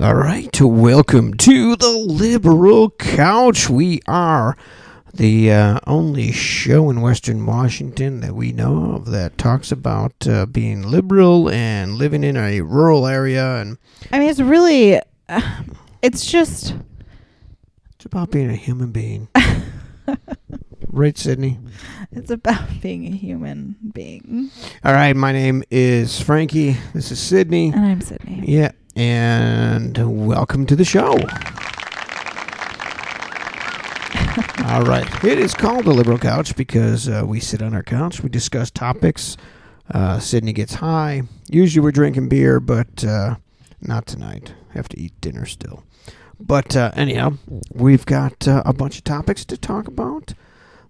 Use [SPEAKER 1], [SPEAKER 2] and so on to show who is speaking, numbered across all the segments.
[SPEAKER 1] All right, welcome to the Liberal Couch. We are the uh, only show in Western Washington that we know of that talks about uh, being liberal and living in a rural area, and
[SPEAKER 2] I mean, it's really, uh, it's just,
[SPEAKER 1] it's about being a human being. right, Sydney?
[SPEAKER 2] it's about being a human being.
[SPEAKER 1] All right, my name is Frankie. This is Sydney.
[SPEAKER 2] And I'm Sydney.
[SPEAKER 1] Yeah, and welcome to the show. All right, it is called the Liberal Couch because uh, we sit on our couch, we discuss topics. Uh, Sydney gets high. Usually we're drinking beer, but uh, not tonight. Have to eat dinner still. But uh, anyhow, we've got uh, a bunch of topics to talk about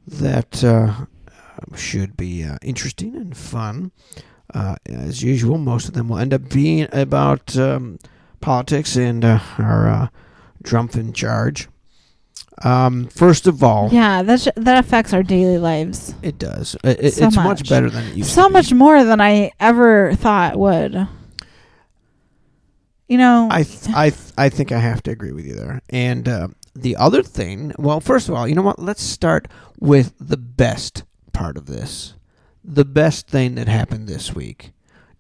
[SPEAKER 1] that uh, should be uh, interesting and fun. Uh, as usual, most of them will end up being about um, politics and uh, our uh, Trump in charge. Um, first of all,
[SPEAKER 2] Yeah, that sh- that affects our daily lives
[SPEAKER 1] it does. It, it-
[SPEAKER 2] So
[SPEAKER 1] it's much.
[SPEAKER 2] much.
[SPEAKER 1] better than it used
[SPEAKER 2] so
[SPEAKER 1] to be.
[SPEAKER 2] much more than I ever thought would. You know,
[SPEAKER 1] I th- I th- I think I have to agree with you there. And uh, the other thing, well, first of all, you know what? Let's start with the best part of this. The best thing that happened this week,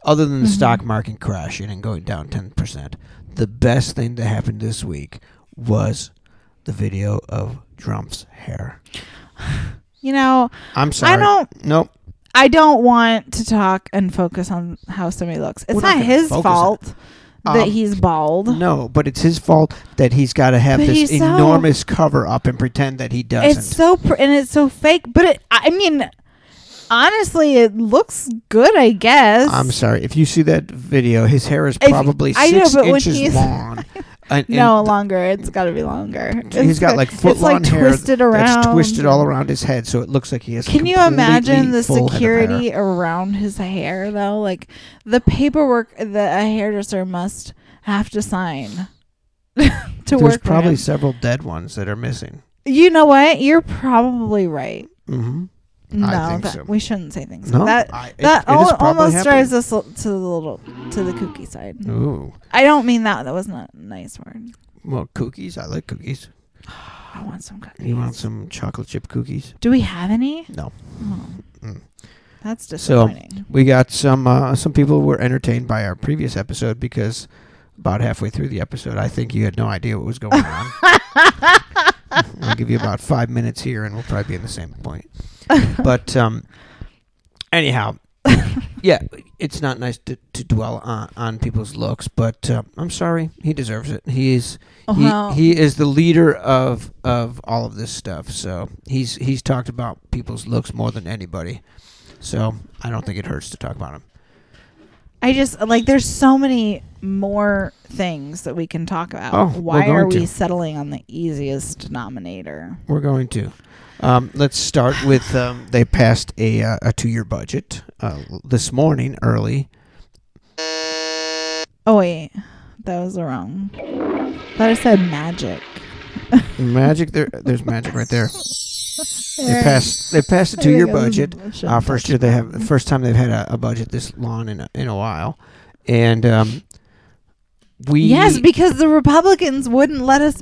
[SPEAKER 1] other than the
[SPEAKER 2] Mhm.
[SPEAKER 1] stock market crashing and going down ten percent, the best thing that happened this week was the video of Trump's hair.
[SPEAKER 2] you know,
[SPEAKER 1] I'm sorry.
[SPEAKER 2] I don't
[SPEAKER 1] Nope.
[SPEAKER 2] I don't want to talk and focus on how somebody looks. It's
[SPEAKER 1] We're not
[SPEAKER 2] not,
[SPEAKER 1] gonna
[SPEAKER 2] his
[SPEAKER 1] focus on
[SPEAKER 2] fault that
[SPEAKER 1] Um,
[SPEAKER 2] he's bald.
[SPEAKER 1] No, but it's his fault that he's got to have
[SPEAKER 2] But
[SPEAKER 1] this
[SPEAKER 2] he's so-
[SPEAKER 1] enormous cover up and pretend that he doesn't.
[SPEAKER 2] It's so pr- and it's so fake, but it, I mean, honestly, it looks good. I guess.
[SPEAKER 1] I'm sorry. If you see that video, his hair is
[SPEAKER 2] If-
[SPEAKER 1] probably
[SPEAKER 2] I know,
[SPEAKER 1] six
[SPEAKER 2] but when
[SPEAKER 1] inches
[SPEAKER 2] he's-
[SPEAKER 1] long. And, and
[SPEAKER 2] no longer. It's got to be longer.
[SPEAKER 1] he's got like foot
[SPEAKER 2] it's like
[SPEAKER 1] long hair
[SPEAKER 2] twisted around.
[SPEAKER 1] that's twisted all around his head, so it looks like he has. a
[SPEAKER 2] Can you
[SPEAKER 1] completely
[SPEAKER 2] imagine the
[SPEAKER 1] full head of hair.
[SPEAKER 2] security around his hair though? Like the paperwork that a hairdresser must have to sign to
[SPEAKER 1] There's
[SPEAKER 2] work. for
[SPEAKER 1] probably
[SPEAKER 2] him.
[SPEAKER 1] several dead ones that are missing.
[SPEAKER 2] You know what? You're probably right.
[SPEAKER 1] hmm
[SPEAKER 2] No,
[SPEAKER 1] think
[SPEAKER 2] that,
[SPEAKER 1] so.
[SPEAKER 2] we shouldn't say things.
[SPEAKER 1] No,
[SPEAKER 2] like that
[SPEAKER 1] I, it-
[SPEAKER 2] that
[SPEAKER 1] it is
[SPEAKER 2] al-
[SPEAKER 1] probably
[SPEAKER 2] almost
[SPEAKER 1] happening.
[SPEAKER 2] drives us l- to the little to the kooky side.
[SPEAKER 1] Ooh,
[SPEAKER 2] I don't mean that. That was not a nice word.
[SPEAKER 1] well, cookies. I like cookies.
[SPEAKER 2] I want some cookies.
[SPEAKER 1] You want some chocolate chip cookies?
[SPEAKER 2] Do we have any?
[SPEAKER 1] No.
[SPEAKER 2] Oh,
[SPEAKER 1] Mm.
[SPEAKER 2] that's
[SPEAKER 1] So-
[SPEAKER 2] disappointing.
[SPEAKER 1] We got some. Uh, some people were entertained by our previous episode because about halfway through the episode, I think you had no idea what was going on. I'll give you about five minutes here, and we'll probably be in the same point. But um, anyhow, yeah, it's not nice to, to dwell on, on people's looks, but uh, I'm sorry, he deserves it. He is he,
[SPEAKER 2] Well-
[SPEAKER 1] he is the leader of of all of this stuff. So he's he's talked about people's looks more than anybody. So I don't think it hurts to talk about him.
[SPEAKER 2] I just like there's so many more things that we can talk about.
[SPEAKER 1] Oh, we're
[SPEAKER 2] Why are
[SPEAKER 1] going
[SPEAKER 2] we
[SPEAKER 1] to.
[SPEAKER 2] settling on the easiest denominator?
[SPEAKER 1] We're going to. Um, let's start with um, they passed a uh, a two year budget uh, this morning early.
[SPEAKER 2] Oh wait, that was the wrong. That I said magic.
[SPEAKER 1] Magic there. There's magic right there. They
[SPEAKER 2] There.
[SPEAKER 1] passed. They passed a
[SPEAKER 2] I
[SPEAKER 1] two year
[SPEAKER 2] think I was-
[SPEAKER 1] budget.
[SPEAKER 2] I shouldn't
[SPEAKER 1] Uh, first
[SPEAKER 2] touch
[SPEAKER 1] year they
[SPEAKER 2] that.
[SPEAKER 1] have the first time they've had a, a budget this long in a, in a while, and um, we
[SPEAKER 2] Yes, because the Republicans wouldn't let us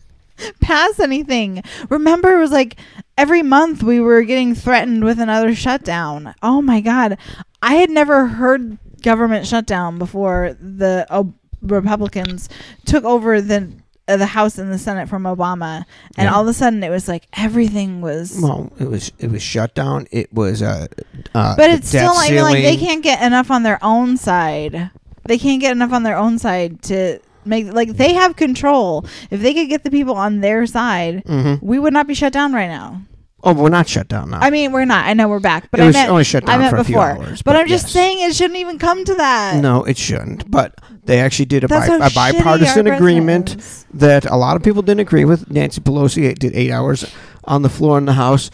[SPEAKER 2] pass anything. Remember, it was like every month we were getting threatened with another shutdown. Oh my God. I had never heard government shutdown before the Ob- Republicans took over the. uh, The House and the Senate from Obama, and
[SPEAKER 1] Yeah.
[SPEAKER 2] all of a sudden it was like everything was.
[SPEAKER 1] well it was it was shut down. It was uh, uh
[SPEAKER 2] but
[SPEAKER 1] the
[SPEAKER 2] it's still
[SPEAKER 1] debt
[SPEAKER 2] I mean, like they
[SPEAKER 1] ceiling.
[SPEAKER 2] can't get enough on their own side. They can't get enough on their own side to make like they have control. If they could get the people on their side,
[SPEAKER 1] Mhm.
[SPEAKER 2] we would not be shut down right now.
[SPEAKER 1] Oh, we're not shut down now.
[SPEAKER 2] I mean, we're not. I know we're back, but
[SPEAKER 1] it
[SPEAKER 2] I
[SPEAKER 1] was
[SPEAKER 2] meant
[SPEAKER 1] only shut
[SPEAKER 2] I
[SPEAKER 1] down
[SPEAKER 2] meant
[SPEAKER 1] for a few
[SPEAKER 2] before.
[SPEAKER 1] hours.
[SPEAKER 2] but, I'm just
[SPEAKER 1] yes.
[SPEAKER 2] saying it shouldn't even come to that.
[SPEAKER 1] No, it shouldn't. But they actually did a,
[SPEAKER 2] That's
[SPEAKER 1] bi-
[SPEAKER 2] how
[SPEAKER 1] a
[SPEAKER 2] shitty our
[SPEAKER 1] bipartisan
[SPEAKER 2] president
[SPEAKER 1] agreement
[SPEAKER 2] is.
[SPEAKER 1] that a lot of people didn't agree with. Nancy Pelosi did eight hours on the floor in the House,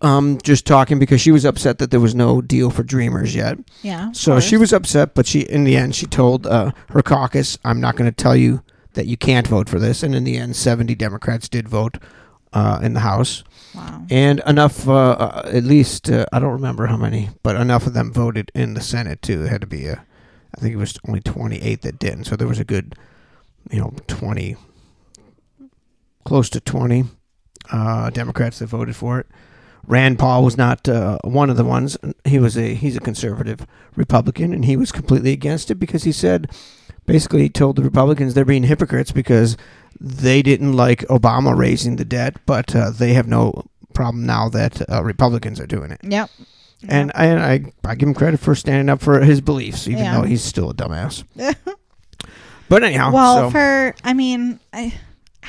[SPEAKER 1] um, just talking because she was upset that there was no deal for Dreamers yet.
[SPEAKER 2] Yeah. of
[SPEAKER 1] So she
[SPEAKER 2] course.
[SPEAKER 1] was upset, but she, in the end, she told uh, her caucus, "I'm not going to tell you that you can't vote for this." And in the end, 70 Democrats did vote uh, in the House,
[SPEAKER 2] Wow.
[SPEAKER 1] and enough, uh, uh, at least uh, I don't remember how many, but enough of them uh, voted in the Senate too. It had to be a, I think it was only 28 that didn't. So there was a good you know, 20, close to 20 uh, Democrats that voted for it. Rand Paul was not uh, one of the ones. He was a he's a conservative Republican, and he was completely against it because he said, basically, he told the Republicans they're being hypocrites because they didn't like Obama raising the debt, but uh, they have no problem now that uh, Republicans are doing it.
[SPEAKER 2] Yep.
[SPEAKER 1] And I, and I I give him credit for standing up for his beliefs, even
[SPEAKER 2] Yeah.
[SPEAKER 1] though he's still a dumbass. But anyhow,
[SPEAKER 2] well,
[SPEAKER 1] so-
[SPEAKER 2] for I mean, I,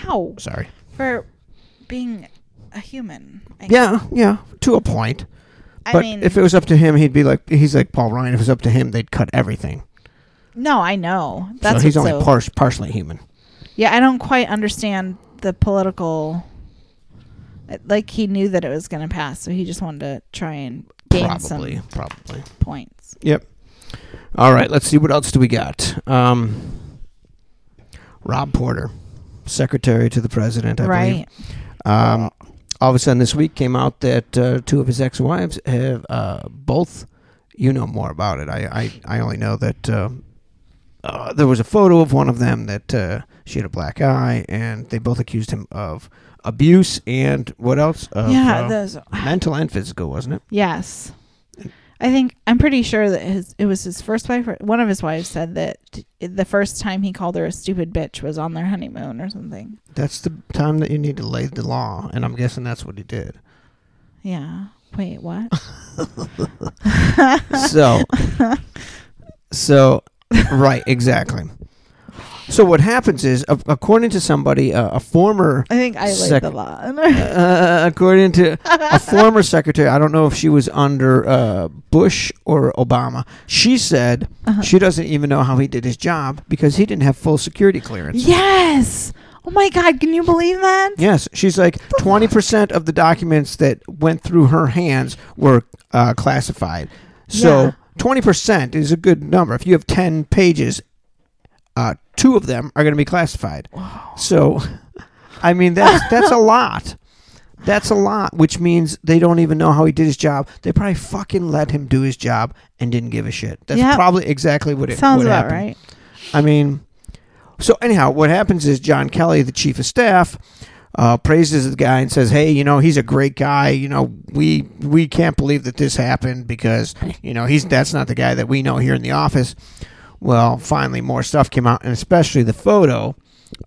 [SPEAKER 2] ow,
[SPEAKER 1] sorry.
[SPEAKER 2] for being a human. I,
[SPEAKER 1] Yeah, yeah, to a point.
[SPEAKER 2] I
[SPEAKER 1] But
[SPEAKER 2] mean,
[SPEAKER 1] if it was up to him, he'd be like he's like Paul Ryan. If it was up to him, they'd cut everything.
[SPEAKER 2] no, I know that's
[SPEAKER 1] so he's
[SPEAKER 2] what's
[SPEAKER 1] only
[SPEAKER 2] so-
[SPEAKER 1] par- partially human.
[SPEAKER 2] Yeah, I don't quite understand the political. Like he knew that it was going to pass, so he just wanted to try and gain
[SPEAKER 1] Probably,
[SPEAKER 2] some
[SPEAKER 1] probably.
[SPEAKER 2] points.
[SPEAKER 1] Yep. All right. Let's see what else do we got. Um, Rob Porter, secretary to the president, I believe.
[SPEAKER 2] right.
[SPEAKER 1] Um, all of a sudden this week came out that uh, two of his ex-wives have uh, both. You know more about it. I I, I only know that uh, uh, there was a photo of one of them that uh, she had a black eye, and they both accused him of abuse and what else? Of,
[SPEAKER 2] yeah.
[SPEAKER 1] uh,
[SPEAKER 2] those.
[SPEAKER 1] mental and physical, wasn't it?
[SPEAKER 2] Yes. I think I'm pretty sure that his it was his first wife. Or one of his wives said that t- the first time he called her a stupid bitch was on their honeymoon or something.
[SPEAKER 1] That's the time that you need to lay the law, and I'm guessing that's what he did.
[SPEAKER 2] Yeah. Wait, what?
[SPEAKER 1] so, so, right, exactly. So what happens is, a- according to somebody, uh, a former,
[SPEAKER 2] I think I laid
[SPEAKER 1] Sec-
[SPEAKER 2] the law.
[SPEAKER 1] uh, according to a former secretary, I don't know if she was under uh, Bush or Obama. She said she doesn't even know how he did his job because he didn't have full security clearance.
[SPEAKER 2] yes. Oh my God! Can you believe that?
[SPEAKER 1] Yes, she's like twenty percent of the documents that went through her hands were uh, classified.
[SPEAKER 2] Yeah.
[SPEAKER 1] So twenty percent is a good number. If you have ten pages, uh, two of them are going to be classified. So, I mean that's that's a lot. That's a lot, which means they don't even know how he did his job. They probably fucking let him do his job and didn't give a shit. That's
[SPEAKER 2] Yep.
[SPEAKER 1] probably exactly what it
[SPEAKER 2] Sounds
[SPEAKER 1] what happened.
[SPEAKER 2] about right.
[SPEAKER 1] I mean, so anyhow, what happens is John Kelly, the chief of staff, uh, praises the guy and says, "Hey, you know, he's a great guy. You know, we we can't believe that this happened because you know he's that's not the guy that we know here in the office." Well, finally, more stuff came out, and especially the photo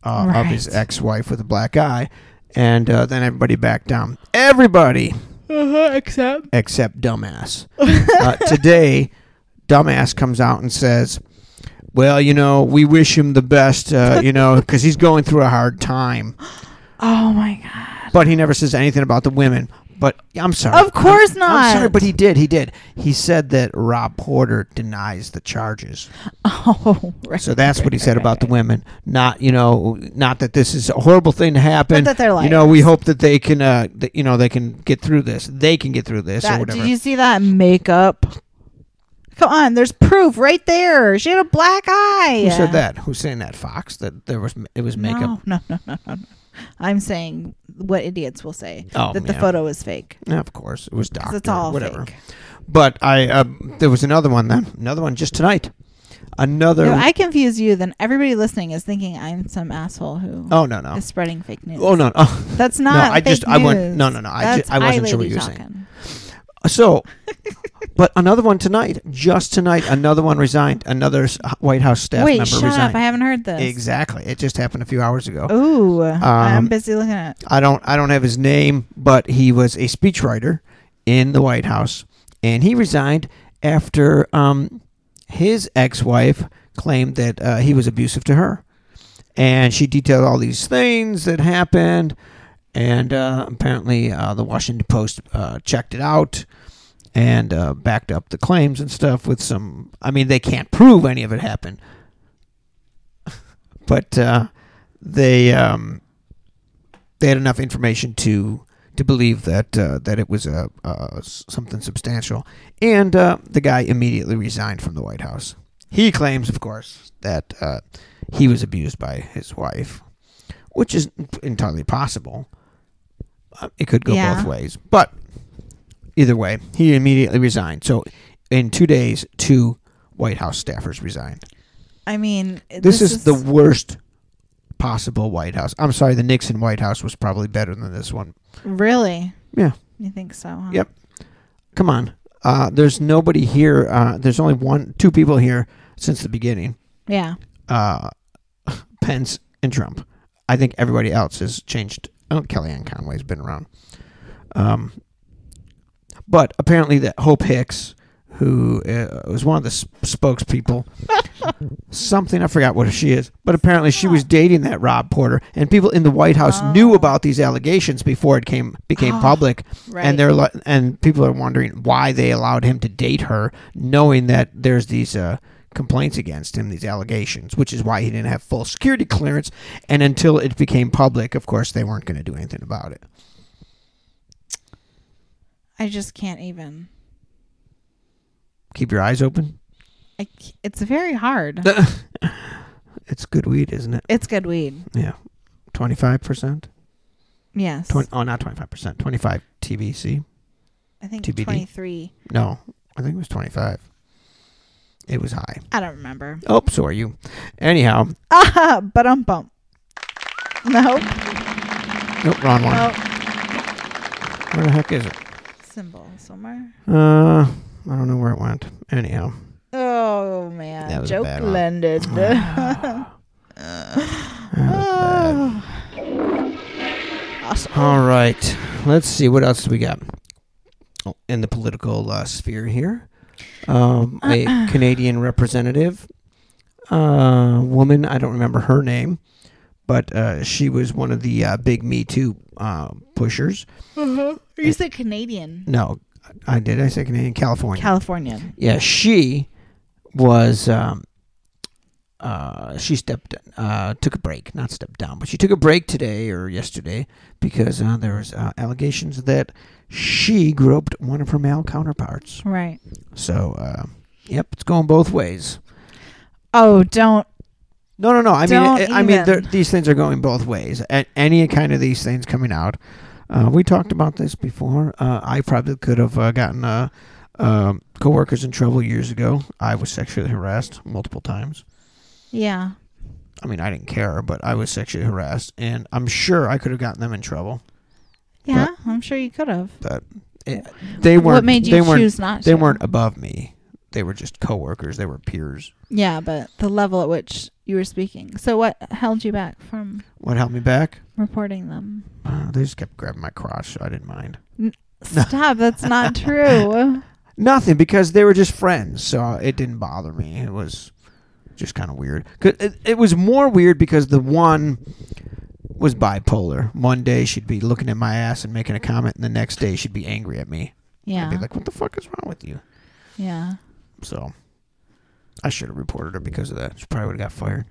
[SPEAKER 1] uh, of his
[SPEAKER 2] Right.
[SPEAKER 1] ex-wife with a black eye, and uh, then everybody backed down. Everybody
[SPEAKER 2] Uh-huh, except
[SPEAKER 1] except dumbass. uh, today, dumbass comes out and says, "Well, you know, we wish him the best, uh, you know, because he's going through a hard time."
[SPEAKER 2] oh my God!
[SPEAKER 1] But he never says anything about the women. But I'm sorry.
[SPEAKER 2] Of course
[SPEAKER 1] I'm-
[SPEAKER 2] not.
[SPEAKER 1] I'm sorry, but he did. He did. He said that Rob Porter denies the charges.
[SPEAKER 2] Oh, right.
[SPEAKER 1] So that's what he
[SPEAKER 2] right,
[SPEAKER 1] said
[SPEAKER 2] right,
[SPEAKER 1] about the
[SPEAKER 2] right.
[SPEAKER 1] women. Not you know, not that this is a horrible thing to happen.
[SPEAKER 2] But that they're
[SPEAKER 1] you know, we hope that they can, uh, that, you know, they can get through this. They can get through this or
[SPEAKER 2] That,
[SPEAKER 1] whatever.
[SPEAKER 2] did you see that makeup? Come on, there's proof right there. She had a black eye.
[SPEAKER 1] Who said that? Who's saying that? Fox? That there was it was makeup.
[SPEAKER 2] No, no, no, no, no. no. I'm saying what idiots will say
[SPEAKER 1] Oh,
[SPEAKER 2] that the
[SPEAKER 1] yeah.
[SPEAKER 2] photo is fake.
[SPEAKER 1] Yeah, of course, it was doctor.
[SPEAKER 2] 'Cause it's all
[SPEAKER 1] whatever.
[SPEAKER 2] fake.
[SPEAKER 1] But I um, there was another one then. Another one just tonight. Another.
[SPEAKER 2] No, I confuse you. Then everybody listening is thinking I'm some asshole who is
[SPEAKER 1] oh no no.
[SPEAKER 2] spreading fake news.
[SPEAKER 1] Oh no no.
[SPEAKER 2] that's not.
[SPEAKER 1] I
[SPEAKER 2] fake
[SPEAKER 1] just- I went-
[SPEAKER 2] news.
[SPEAKER 1] no, no, no, I
[SPEAKER 2] That's
[SPEAKER 1] ju- I wasn't sure what
[SPEAKER 2] iLady
[SPEAKER 1] you were saying.
[SPEAKER 2] talking.
[SPEAKER 1] So, but another one tonight. Just tonight, another one resigned. Another s- White House staff
[SPEAKER 2] Wait,
[SPEAKER 1] member
[SPEAKER 2] shut up!
[SPEAKER 1] resigned.
[SPEAKER 2] I haven't heard this.
[SPEAKER 1] exactly. It just happened a few hours ago.
[SPEAKER 2] Ooh, I'm
[SPEAKER 1] Um,
[SPEAKER 2] busy looking at.
[SPEAKER 1] I don't I don't have his name, but he was a speechwriter in the White House, and he resigned after um, his ex-wife claimed that uh, he was abusive to her, and she detailed all these things that happened, and uh, apparently uh, the Washington Post uh, checked it out. And uh, backed up the claims and stuff with some. I mean, they can't prove any of it happened, but uh, they um, they had enough information to to believe that uh, that it was uh, uh, s- something substantial, and uh, the guy immediately resigned from the White House. He claims, of course, that uh, he was abused by his wife, which is entirely possible. Uh, It could go
[SPEAKER 2] Yeah.
[SPEAKER 1] both ways, but either way, he immediately resigned. So, in two days, two White House staffers resigned.
[SPEAKER 2] I mean,
[SPEAKER 1] This, is, the worst possible White House. I'm sorry, the Nixon White House was probably better than this one.
[SPEAKER 2] Really?
[SPEAKER 1] Yeah.
[SPEAKER 2] You think so? Huh?
[SPEAKER 1] Yep. Come on. Uh, there's nobody here. Uh, there's only one, two people here since the beginning
[SPEAKER 2] Yeah.
[SPEAKER 1] uh, Pence and Trump. I think everybody else has changed. I don't Kellyanne Conway's been around. Um, but apparently that Hope Hicks, who uh, was one of the sp- spokespeople, something I forgot what she is, but apparently she was dating that Rob Porter, and people in the White House knew about these allegations before it came became public,
[SPEAKER 2] right.
[SPEAKER 1] and they're li- and people are wondering why they allowed him to date her, knowing that there's these. Uh, complaints against him these allegations which is why he didn't have full security clearance and until it became public of course they weren't going to do anything about it
[SPEAKER 2] I just can't even.
[SPEAKER 1] keep your eyes open
[SPEAKER 2] I c it's very hard.
[SPEAKER 1] it's good weed isn't it
[SPEAKER 2] it's good weed.
[SPEAKER 1] yeah 25%
[SPEAKER 2] Yes.
[SPEAKER 1] 20, oh not 25% 25 tbc
[SPEAKER 2] I think
[SPEAKER 1] TBD.
[SPEAKER 2] 23.
[SPEAKER 1] No, I think it was 25. It was high.
[SPEAKER 2] I don't remember.
[SPEAKER 1] Oh, so are you. Anyhow,
[SPEAKER 2] Ah, but um bump. Nope.
[SPEAKER 1] nope, wrong one.
[SPEAKER 2] Nope.
[SPEAKER 1] Where the heck is it?
[SPEAKER 2] Symbol somewhere.
[SPEAKER 1] Uh, I don't know where it went. Anyhow,
[SPEAKER 2] Oh man,
[SPEAKER 1] That was a
[SPEAKER 2] joke
[SPEAKER 1] bad one.
[SPEAKER 2] landed. oh. Awesome.
[SPEAKER 1] all right. Let's see what else we got oh, in the political uh, sphere here. Um, a Canadian representative, uh, woman. I don't remember her name, but uh, she was one of the uh, big Me Too uh, pushers.
[SPEAKER 2] Uh-huh. You said Canadian,
[SPEAKER 1] No, I did. I say Canadian, California.
[SPEAKER 2] Californian.
[SPEAKER 1] yeah, she was. Um, uh, she stepped, uh, took a break, not stepped down, but she took a break today or yesterday because uh, there was uh, allegations that she groped one of her male counterparts.
[SPEAKER 2] Right.
[SPEAKER 1] So, uh, yep, it's going both ways.
[SPEAKER 2] Oh, don't.
[SPEAKER 1] No, no, no. I
[SPEAKER 2] Don't
[SPEAKER 1] mean, eh, I, I mean,
[SPEAKER 2] even.
[SPEAKER 1] they're- these things are going both ways. A- any kind of these things coming out, uh, we talked about this before. Uh, I probably could have uh, gotten uh, um coworkers in trouble years ago. I was sexually harassed multiple times.
[SPEAKER 2] Yeah.
[SPEAKER 1] I mean, I didn't care, but I was sexually harassed, and I'm sure I could have gotten them in trouble.
[SPEAKER 2] Yeah, I'm sure you could have.
[SPEAKER 1] But it, they weren't.
[SPEAKER 2] What made you
[SPEAKER 1] they weren't,
[SPEAKER 2] choose not
[SPEAKER 1] They
[SPEAKER 2] to?
[SPEAKER 1] weren't above me. They were just coworkers. They were peers.
[SPEAKER 2] Yeah, but the level at which you were speaking. So what held you back from
[SPEAKER 1] What held me back?
[SPEAKER 2] reporting them?
[SPEAKER 1] Uh, they just kept grabbing my crotch, so I didn't mind.
[SPEAKER 2] Stop, that's not true.
[SPEAKER 1] Nothing because they were just friends, so it didn't bother me. It was just kind of weird. 'Cause It, it was more weird because the one was bipolar. One day she'd be looking at my ass and making a comment, and the next day she'd be angry at me. I'd be
[SPEAKER 2] Yeah.
[SPEAKER 1] like, "What the fuck is wrong with you?"
[SPEAKER 2] Yeah.
[SPEAKER 1] So I should have reported her because of that. She probably would have got fired.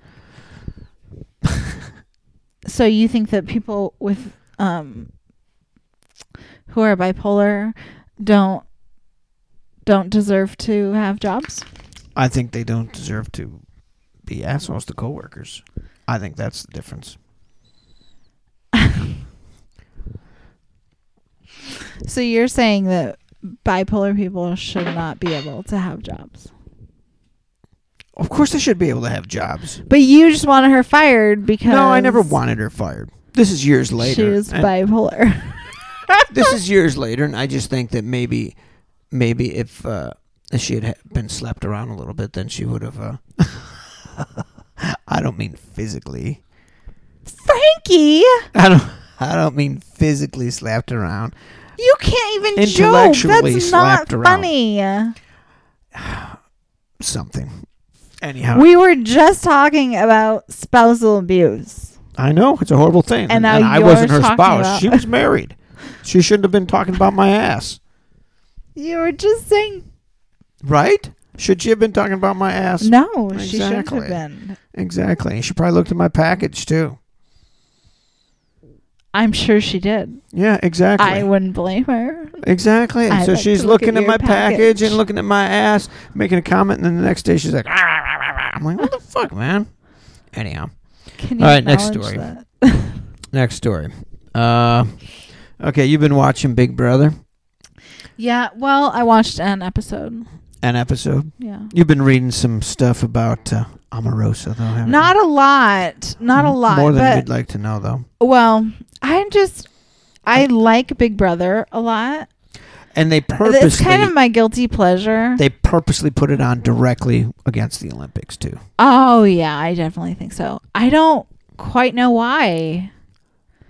[SPEAKER 2] So you think that people with um who are bipolar don't don't deserve to have jobs?
[SPEAKER 1] I think they don't deserve to be assholes to coworkers. I think that's the difference.
[SPEAKER 2] So you're saying that bipolar people should not be able to have jobs.
[SPEAKER 1] Of course, they should be able to have jobs.
[SPEAKER 2] But you just wanted her fired because
[SPEAKER 1] No, I never wanted her fired. This is years
[SPEAKER 2] She
[SPEAKER 1] later.
[SPEAKER 2] was
[SPEAKER 1] and
[SPEAKER 2] bipolar.
[SPEAKER 1] this is years later, and I just think that maybe, maybe if, uh, if she had ha- been slapped around a little bit, then she would have. Uh, I don't mean physically.
[SPEAKER 2] Frankie,
[SPEAKER 1] I don't. I don't mean physically slapped around.
[SPEAKER 2] you can't even joke.
[SPEAKER 1] Intellectually
[SPEAKER 2] That's not
[SPEAKER 1] slapped around.
[SPEAKER 2] funny.
[SPEAKER 1] Something. Anyhow,
[SPEAKER 2] We were just talking about spousal abuse.
[SPEAKER 1] I know it's a horrible thing,
[SPEAKER 2] And
[SPEAKER 1] and,
[SPEAKER 2] now
[SPEAKER 1] I
[SPEAKER 2] you're
[SPEAKER 1] wasn't her
[SPEAKER 2] talking
[SPEAKER 1] spouse.
[SPEAKER 2] about-
[SPEAKER 1] She was married. She shouldn't have been talking about my ass,
[SPEAKER 2] You were just saying
[SPEAKER 1] right? Should she have been talking about my ass?
[SPEAKER 2] no. She shouldn't
[SPEAKER 1] Exactly.
[SPEAKER 2] have been.
[SPEAKER 1] Exactly. She probably looked at my package too.
[SPEAKER 2] I'm sure she did.
[SPEAKER 1] Yeah, exactly.
[SPEAKER 2] I wouldn't blame her.
[SPEAKER 1] exactly.
[SPEAKER 2] I'd
[SPEAKER 1] so
[SPEAKER 2] like
[SPEAKER 1] she's
[SPEAKER 2] to look at
[SPEAKER 1] looking at,
[SPEAKER 2] your
[SPEAKER 1] my package.
[SPEAKER 2] package.
[SPEAKER 1] and looking at my ass, making a comment, and then the next day she's like, "Ah, rah, rah, rah, rah." I'm like, what the fuck, man? Anyhow,
[SPEAKER 2] Can you
[SPEAKER 1] All right, next
[SPEAKER 2] acknowledge
[SPEAKER 1] story.
[SPEAKER 2] that?
[SPEAKER 1] next story. Uh, okay, you've been watching Big Brother,
[SPEAKER 2] Yeah. Well, I watched an episode.
[SPEAKER 1] an episode.
[SPEAKER 2] Yeah.
[SPEAKER 1] You've been reading some stuff about uh, Omarosa, though? haven't
[SPEAKER 2] Not
[SPEAKER 1] you?
[SPEAKER 2] a lot. Not a
[SPEAKER 1] M-
[SPEAKER 2] lot.
[SPEAKER 1] Mm-hmm. More than
[SPEAKER 2] but
[SPEAKER 1] you'd like to know, though.
[SPEAKER 2] well, I just I like Big Brother a lot.
[SPEAKER 1] And they
[SPEAKER 2] It's
[SPEAKER 1] purposely
[SPEAKER 2] kind of my guilty pleasure.
[SPEAKER 1] they purposely put it on directly against the Olympics too.
[SPEAKER 2] oh yeah, I definitely think so. I don't quite know why.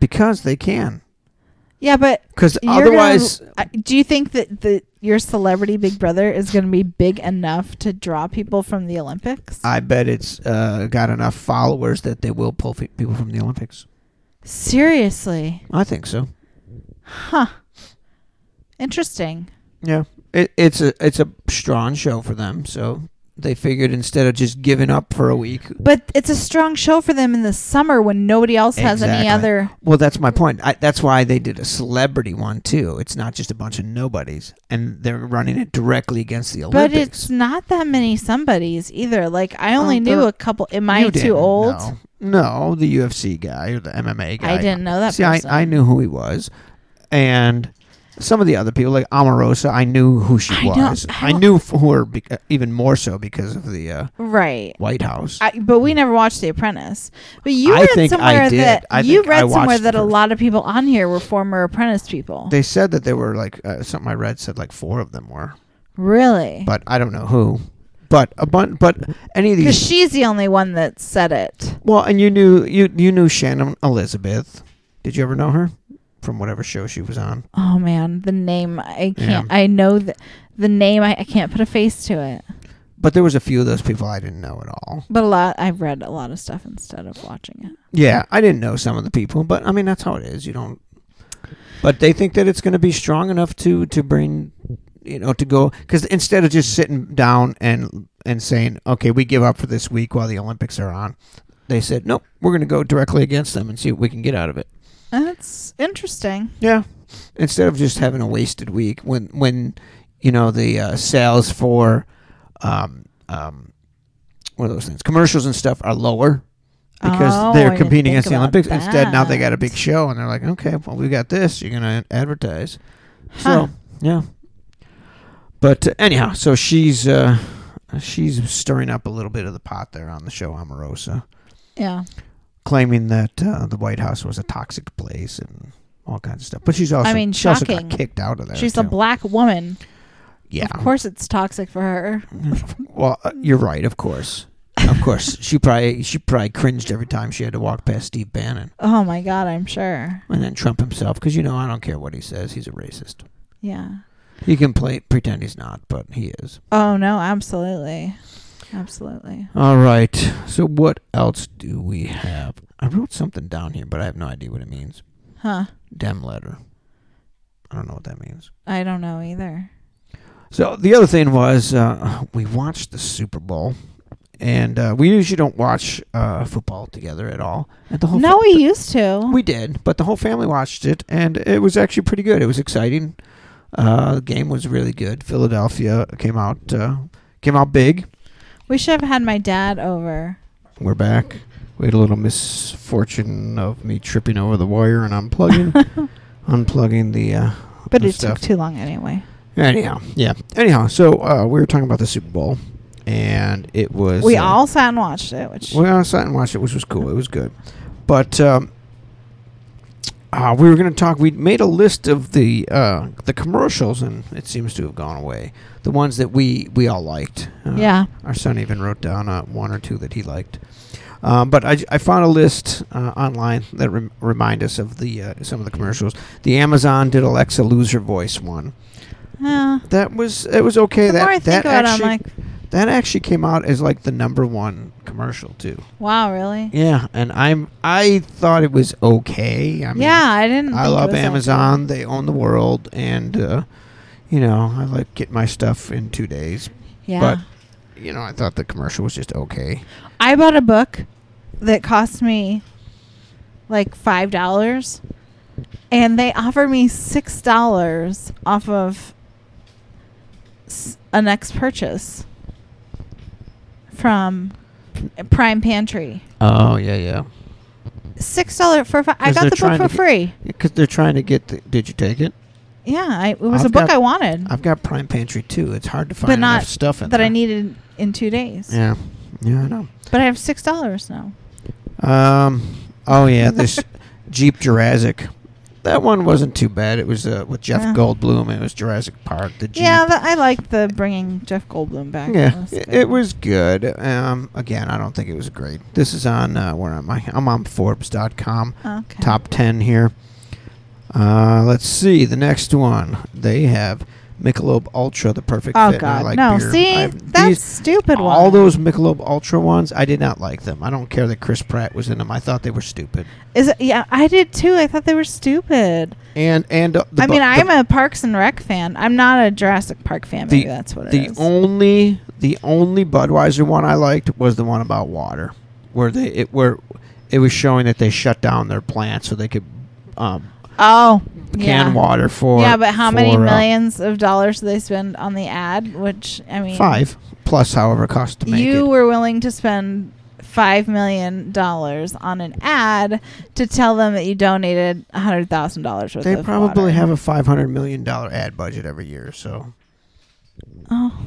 [SPEAKER 1] Because they can.
[SPEAKER 2] Yeah, but
[SPEAKER 1] Because
[SPEAKER 2] You're gonna-
[SPEAKER 1] otherwise,
[SPEAKER 2] I- do you think that the your celebrity Big Brother is going to be big enough to draw people from the Olympics?
[SPEAKER 1] I bet it's uh, got enough followers that they will pull fe- people from the Olympics.
[SPEAKER 2] Seriously,
[SPEAKER 1] I think so.
[SPEAKER 2] huh? Interesting.
[SPEAKER 1] Yeah, it, it's a it's a strong show for them. So they figured instead of just giving up for a week,
[SPEAKER 2] But it's a strong show for them in the summer when nobody else has any
[SPEAKER 1] Exactly.
[SPEAKER 2] other.
[SPEAKER 1] well, that's my point. I, that's why they did a celebrity one too. It's not just a bunch of nobodies, and they're running it directly against the Olympics.
[SPEAKER 2] But it's not that many somebodies either. Like I only
[SPEAKER 1] Um,
[SPEAKER 2] knew
[SPEAKER 1] there-
[SPEAKER 2] a couple. Am I
[SPEAKER 1] You
[SPEAKER 2] too
[SPEAKER 1] didn't
[SPEAKER 2] old?
[SPEAKER 1] know. No, the UFC guy or the MMA guy.
[SPEAKER 2] I didn't know that.
[SPEAKER 1] See, I,
[SPEAKER 2] person.
[SPEAKER 1] I knew who he was, and some of the other people like Omarosa, I knew who she
[SPEAKER 2] I don't-
[SPEAKER 1] was.
[SPEAKER 2] I
[SPEAKER 1] I,
[SPEAKER 2] don't-
[SPEAKER 1] knew f- who her bec- even more so because of the uh,
[SPEAKER 2] Right.
[SPEAKER 1] White House.
[SPEAKER 2] I, but we never watched The Apprentice. But you
[SPEAKER 1] I
[SPEAKER 2] read
[SPEAKER 1] think I
[SPEAKER 2] somewhere
[SPEAKER 1] did.
[SPEAKER 2] that
[SPEAKER 1] I
[SPEAKER 2] you
[SPEAKER 1] think I
[SPEAKER 2] read
[SPEAKER 1] watched
[SPEAKER 2] somewhere
[SPEAKER 1] the
[SPEAKER 2] that a
[SPEAKER 1] first-
[SPEAKER 2] lot of people on here were former Apprentice people.
[SPEAKER 1] they said that there were like uh, something I read said like four of them were,
[SPEAKER 2] really?
[SPEAKER 1] but I don't know who. But a bun- but any of
[SPEAKER 2] Because
[SPEAKER 1] these.
[SPEAKER 2] she's the only one that said it.
[SPEAKER 1] well, and you knew you you knew Shannon Elizabeth. Did you ever know her from whatever show she was on?
[SPEAKER 2] Oh man, the name I
[SPEAKER 1] Yeah.
[SPEAKER 2] can't. I know the the name. I, I can't put a face to it.
[SPEAKER 1] But there was a few of those people I didn't know at all.
[SPEAKER 2] But a lot. I've read a lot of stuff instead of watching it.
[SPEAKER 1] Yeah, I didn't know some of the people, but I mean that's how it is. You don't. But they think that it's going to be strong enough to to bring, you know, to go because instead of just sitting down and and saying, okay, we give up for this week while the Olympics are on, they said, nope, we're going to go directly against them and see what we can get out of it.
[SPEAKER 2] That's interesting.
[SPEAKER 1] Yeah. Instead of just having a wasted week when when you know the uh, sales for um um what are those things commercials and stuff are lower because
[SPEAKER 2] Oh, I
[SPEAKER 1] they're
[SPEAKER 2] didn't
[SPEAKER 1] competing
[SPEAKER 2] think
[SPEAKER 1] against the
[SPEAKER 2] about
[SPEAKER 1] Olympics. Instead, now they got a
[SPEAKER 2] that.
[SPEAKER 1] big show and they're like, okay, well we got this. You're gonna advertise.
[SPEAKER 2] Huh.
[SPEAKER 1] So yeah. But uh, anyhow, so she's uh she's stirring up a little bit of the pot there on the show Omarosa,
[SPEAKER 2] Yeah.
[SPEAKER 1] claiming that uh, the White House was a toxic place and. All kinds of stuff, but she's also
[SPEAKER 2] I mean,
[SPEAKER 1] she also got
[SPEAKER 2] shocking.
[SPEAKER 1] kicked out of there.
[SPEAKER 2] She's
[SPEAKER 1] too.
[SPEAKER 2] a black woman.
[SPEAKER 1] Yeah.
[SPEAKER 2] Of course, it's toxic for her.
[SPEAKER 1] Well, uh, you're right. Of course. Of course. she probably she probably cringed every time she had to walk past Steve Bannon
[SPEAKER 2] Oh my god, I'm sure.
[SPEAKER 1] and then Trump himself because you know I don't care what he says. He's a racist.
[SPEAKER 2] Yeah.
[SPEAKER 1] He can play pretend he's not, but he is.
[SPEAKER 2] Oh no, absolutely. Absolutely.
[SPEAKER 1] All right. So what else do we have? I wrote something down here, but I have no idea what it means.
[SPEAKER 2] Huh.
[SPEAKER 1] Dem letter. I don't know what that means.
[SPEAKER 2] I don't know either.
[SPEAKER 1] So the other thing was uh, we watched the Super Bowl, and uh, we usually don't watch uh, football together at all. And the whole
[SPEAKER 2] No,
[SPEAKER 1] fa-
[SPEAKER 2] we used to.
[SPEAKER 1] Oh, We did, but the whole family watched it, and it was actually pretty good. It was exciting. Uh, the game was really good. Philadelphia came out uh, came out big.
[SPEAKER 2] we should have had my dad over.
[SPEAKER 1] We're back. We had a little misfortune of me tripping over the wire and unplugging, unplugging the. Uh,
[SPEAKER 2] But
[SPEAKER 1] the
[SPEAKER 2] it
[SPEAKER 1] stuff.
[SPEAKER 2] took too long anyway.
[SPEAKER 1] Anyhow, yeah. Anyhow, so uh, we were talking about the Super Bowl, and it was
[SPEAKER 2] We
[SPEAKER 1] uh,
[SPEAKER 2] all sat and watched it, which
[SPEAKER 1] We all sat and watched it, which was cool. It was good, but um, uh, we were going to talk. We made a list of the uh, the commercials, and it seems to have gone away. The ones that we we all liked. Uh,
[SPEAKER 2] yeah.
[SPEAKER 1] our son even wrote down uh, one or two that he liked. Um, but I, I found a list uh, online that rem- remind us of the uh, some of the commercials. The Amazon did Alexa loser voice one.
[SPEAKER 2] Uh,
[SPEAKER 1] That was it was okay.
[SPEAKER 2] the
[SPEAKER 1] that
[SPEAKER 2] more I think
[SPEAKER 1] that
[SPEAKER 2] about
[SPEAKER 1] actually
[SPEAKER 2] it, I'm like,
[SPEAKER 1] that actually came out as like the number one commercial too.
[SPEAKER 2] wow, really?
[SPEAKER 1] Yeah, and I'm I thought it was okay. I mean,
[SPEAKER 2] yeah, I didn't.
[SPEAKER 1] I
[SPEAKER 2] think it
[SPEAKER 1] love
[SPEAKER 2] was that
[SPEAKER 1] Amazon. They own the world, and uh, you know I like get my stuff in two days.
[SPEAKER 2] bad. Yeah.
[SPEAKER 1] But you know I thought the commercial was just okay.
[SPEAKER 2] I bought a book that cost me like five dollars, and they offered me six dollars off of s- a next purchase from Prime Pantry.
[SPEAKER 1] Oh yeah, yeah.
[SPEAKER 2] Six dollar for fi- I
[SPEAKER 1] 'Cause
[SPEAKER 2] got
[SPEAKER 1] they're
[SPEAKER 2] the book
[SPEAKER 1] trying
[SPEAKER 2] for
[SPEAKER 1] to get-
[SPEAKER 2] free.
[SPEAKER 1] Because they're trying to get. The, did you take it?
[SPEAKER 2] Yeah, I, it was
[SPEAKER 1] I've
[SPEAKER 2] a book
[SPEAKER 1] got-
[SPEAKER 2] I wanted
[SPEAKER 1] I've got Prime Pantry too. It's hard to find
[SPEAKER 2] not
[SPEAKER 1] enough stuff in
[SPEAKER 2] that I
[SPEAKER 1] there.
[SPEAKER 2] needed in two days.
[SPEAKER 1] Yeah, Yeah, I know.
[SPEAKER 2] But I have six dollars now.
[SPEAKER 1] Um, oh yeah, this Jeep Jurassic. That one wasn't too bad. It was uh, with Jeff
[SPEAKER 2] Yeah.
[SPEAKER 1] Goldblum. It was Jurassic Park. The Jeep.
[SPEAKER 2] Yeah, but I like the bringing Jeff Goldblum back.
[SPEAKER 1] Yeah,
[SPEAKER 2] That's
[SPEAKER 1] it,
[SPEAKER 2] good.
[SPEAKER 1] it was good. Um, again, I don't think it was great. This is on uh, where am I? I'm on Forbes.com.
[SPEAKER 2] okay.
[SPEAKER 1] Top ten here. Uh, let's see the next one. They have Michelob Ultra, the perfect
[SPEAKER 2] Oh
[SPEAKER 1] fit. and I
[SPEAKER 2] God,
[SPEAKER 1] like
[SPEAKER 2] no!
[SPEAKER 1] beer.
[SPEAKER 2] See,
[SPEAKER 1] I-
[SPEAKER 2] that's
[SPEAKER 1] these-
[SPEAKER 2] stupid. One.
[SPEAKER 1] all those Michelob Ultra ones, I did not like them. I don't care that Chris Pratt was in them. I thought they were stupid.
[SPEAKER 2] is it, yeah, I did too. I thought they were stupid.
[SPEAKER 1] And and uh, the
[SPEAKER 2] I
[SPEAKER 1] bu-
[SPEAKER 2] mean,
[SPEAKER 1] the-
[SPEAKER 2] I'm a Parks and Rec fan. I'm not a Jurassic Park fan.
[SPEAKER 1] The-
[SPEAKER 2] Maybe that's what
[SPEAKER 1] the
[SPEAKER 2] it is.
[SPEAKER 1] only the only Budweiser one I liked was the one about water, where they it where it was showing that they shut down their plant so they could um,
[SPEAKER 2] oh,
[SPEAKER 1] can
[SPEAKER 2] yeah.
[SPEAKER 1] water for
[SPEAKER 2] yeah, but how many
[SPEAKER 1] for, uh,
[SPEAKER 2] millions of dollars do they spend on the ad? Which I mean,
[SPEAKER 1] Five plus however it costs to make
[SPEAKER 2] you
[SPEAKER 1] it.
[SPEAKER 2] were willing to spend five million dollars on an ad to tell them that you donated a hundred thousand dollars worth.
[SPEAKER 1] They
[SPEAKER 2] of
[SPEAKER 1] probably
[SPEAKER 2] water.
[SPEAKER 1] have a five hundred million dollar ad budget every year, so
[SPEAKER 2] Oh,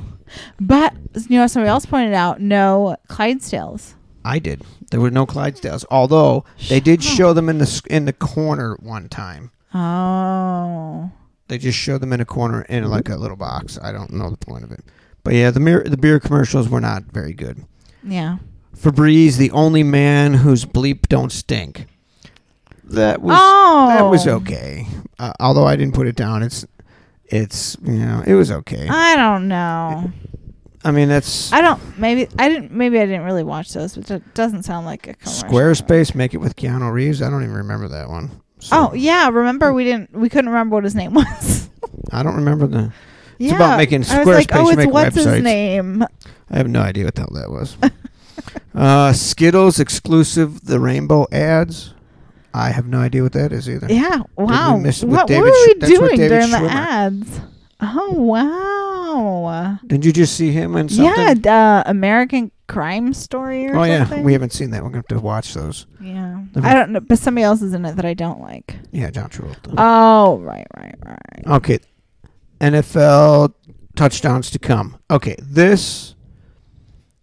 [SPEAKER 2] but you know, somebody else pointed out no Clydesdales.
[SPEAKER 1] I did. There were no Clydesdales, although they did
[SPEAKER 2] Shut up.
[SPEAKER 1] show them in the s- in the corner one time.
[SPEAKER 2] Oh,
[SPEAKER 1] They just showed them in a corner in like a little box. I don't know the point of it, but yeah, the mir- the beer commercials were not very good.
[SPEAKER 2] yeah.
[SPEAKER 1] Febreze, the only man whose bleep don't stink. That was
[SPEAKER 2] oh,
[SPEAKER 1] that was okay. Uh, although I didn't put it down, it's it's you know it was okay. I,
[SPEAKER 2] I don't know.
[SPEAKER 1] mean that's
[SPEAKER 2] I don't. Maybe I didn't. Maybe I didn't really watch those, but it doesn't sound like a commercial.
[SPEAKER 1] Squarespace make it with Keanu Reeves. I don't even remember that one. So
[SPEAKER 2] Oh yeah, remember we didn't. We couldn't remember what his name was.
[SPEAKER 1] I don't remember the.
[SPEAKER 2] yeah,
[SPEAKER 1] about making
[SPEAKER 2] I was like,
[SPEAKER 1] Squarespace
[SPEAKER 2] oh, it's
[SPEAKER 1] make
[SPEAKER 2] what's
[SPEAKER 1] websites.
[SPEAKER 2] his name?
[SPEAKER 1] I have no idea what the hell that was. uh, Skittles exclusive the rainbow ads. I have no idea what that is either.
[SPEAKER 2] Yeah. Wow.
[SPEAKER 1] miss it with
[SPEAKER 2] what, what
[SPEAKER 1] David
[SPEAKER 2] were
[SPEAKER 1] Sch-
[SPEAKER 2] we
[SPEAKER 1] that's with
[SPEAKER 2] doing
[SPEAKER 1] David
[SPEAKER 2] during the
[SPEAKER 1] Schwimmer.
[SPEAKER 2] ads? Oh wow.
[SPEAKER 1] Didn't you just see him in something?
[SPEAKER 2] Yeah, d- uh, American Crime Story or
[SPEAKER 1] Oh yeah,
[SPEAKER 2] something.
[SPEAKER 1] we haven't seen that. We're gonna have to watch those.
[SPEAKER 2] yeah.
[SPEAKER 1] Never-
[SPEAKER 2] I don't know, but somebody else is in it that I don't like.
[SPEAKER 1] Yeah, John Travolta.
[SPEAKER 2] Oh right, right, right.
[SPEAKER 1] Okay. NFL touchdowns to come. Okay, this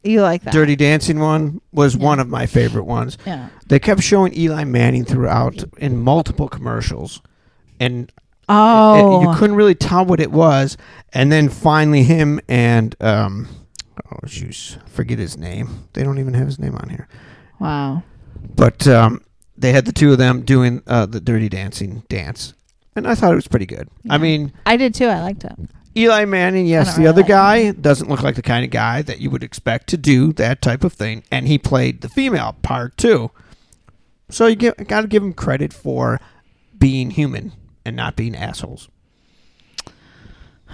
[SPEAKER 2] You like that?
[SPEAKER 1] Dirty Dancing one was one of my favorite ones.
[SPEAKER 2] Yeah.
[SPEAKER 1] They kept showing Eli Manning throughout in multiple commercials, and it-
[SPEAKER 2] Oh.
[SPEAKER 1] it- you couldn't really tell what it was. And then finally, him and um, oh jeez, forget his name. They don't even have his name on here.
[SPEAKER 2] wow.
[SPEAKER 1] But um, they had the two of them doing uh, the Dirty Dancing dance, and I thought it was pretty good. I
[SPEAKER 2] Yeah.
[SPEAKER 1] mean.
[SPEAKER 2] I did too. I liked it.
[SPEAKER 1] Eli Manning, yes,
[SPEAKER 2] don't
[SPEAKER 1] the
[SPEAKER 2] really
[SPEAKER 1] other
[SPEAKER 2] like
[SPEAKER 1] guy doesn't look like the kind of guy that you would expect to do that type of thing, and he played the female part too. So you give, gotta give him credit for being human and not being assholes.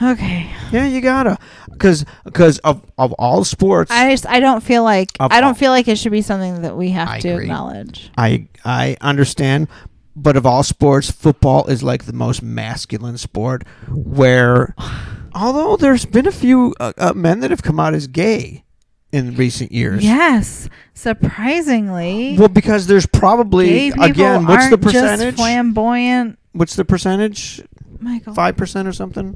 [SPEAKER 2] Okay.
[SPEAKER 1] Yeah, you gotta, because because of of all sports,
[SPEAKER 2] I just I don't feel like
[SPEAKER 1] Of
[SPEAKER 2] I
[SPEAKER 1] all-
[SPEAKER 2] don't feel like it should be something that we have
[SPEAKER 1] I
[SPEAKER 2] to
[SPEAKER 1] agree.
[SPEAKER 2] acknowledge.
[SPEAKER 1] I I understand, but of all sports, football is like the most masculine sport. Where, although there's been a few uh, uh, men that have come out as gay in recent years.
[SPEAKER 2] Yes, surprisingly,
[SPEAKER 1] Well, because there's probably
[SPEAKER 2] gay people
[SPEAKER 1] again, what's the
[SPEAKER 2] aren't just
[SPEAKER 1] percentage?
[SPEAKER 2] flamboyant.
[SPEAKER 1] What's the percentage?
[SPEAKER 2] Michael,
[SPEAKER 1] Five percent or something?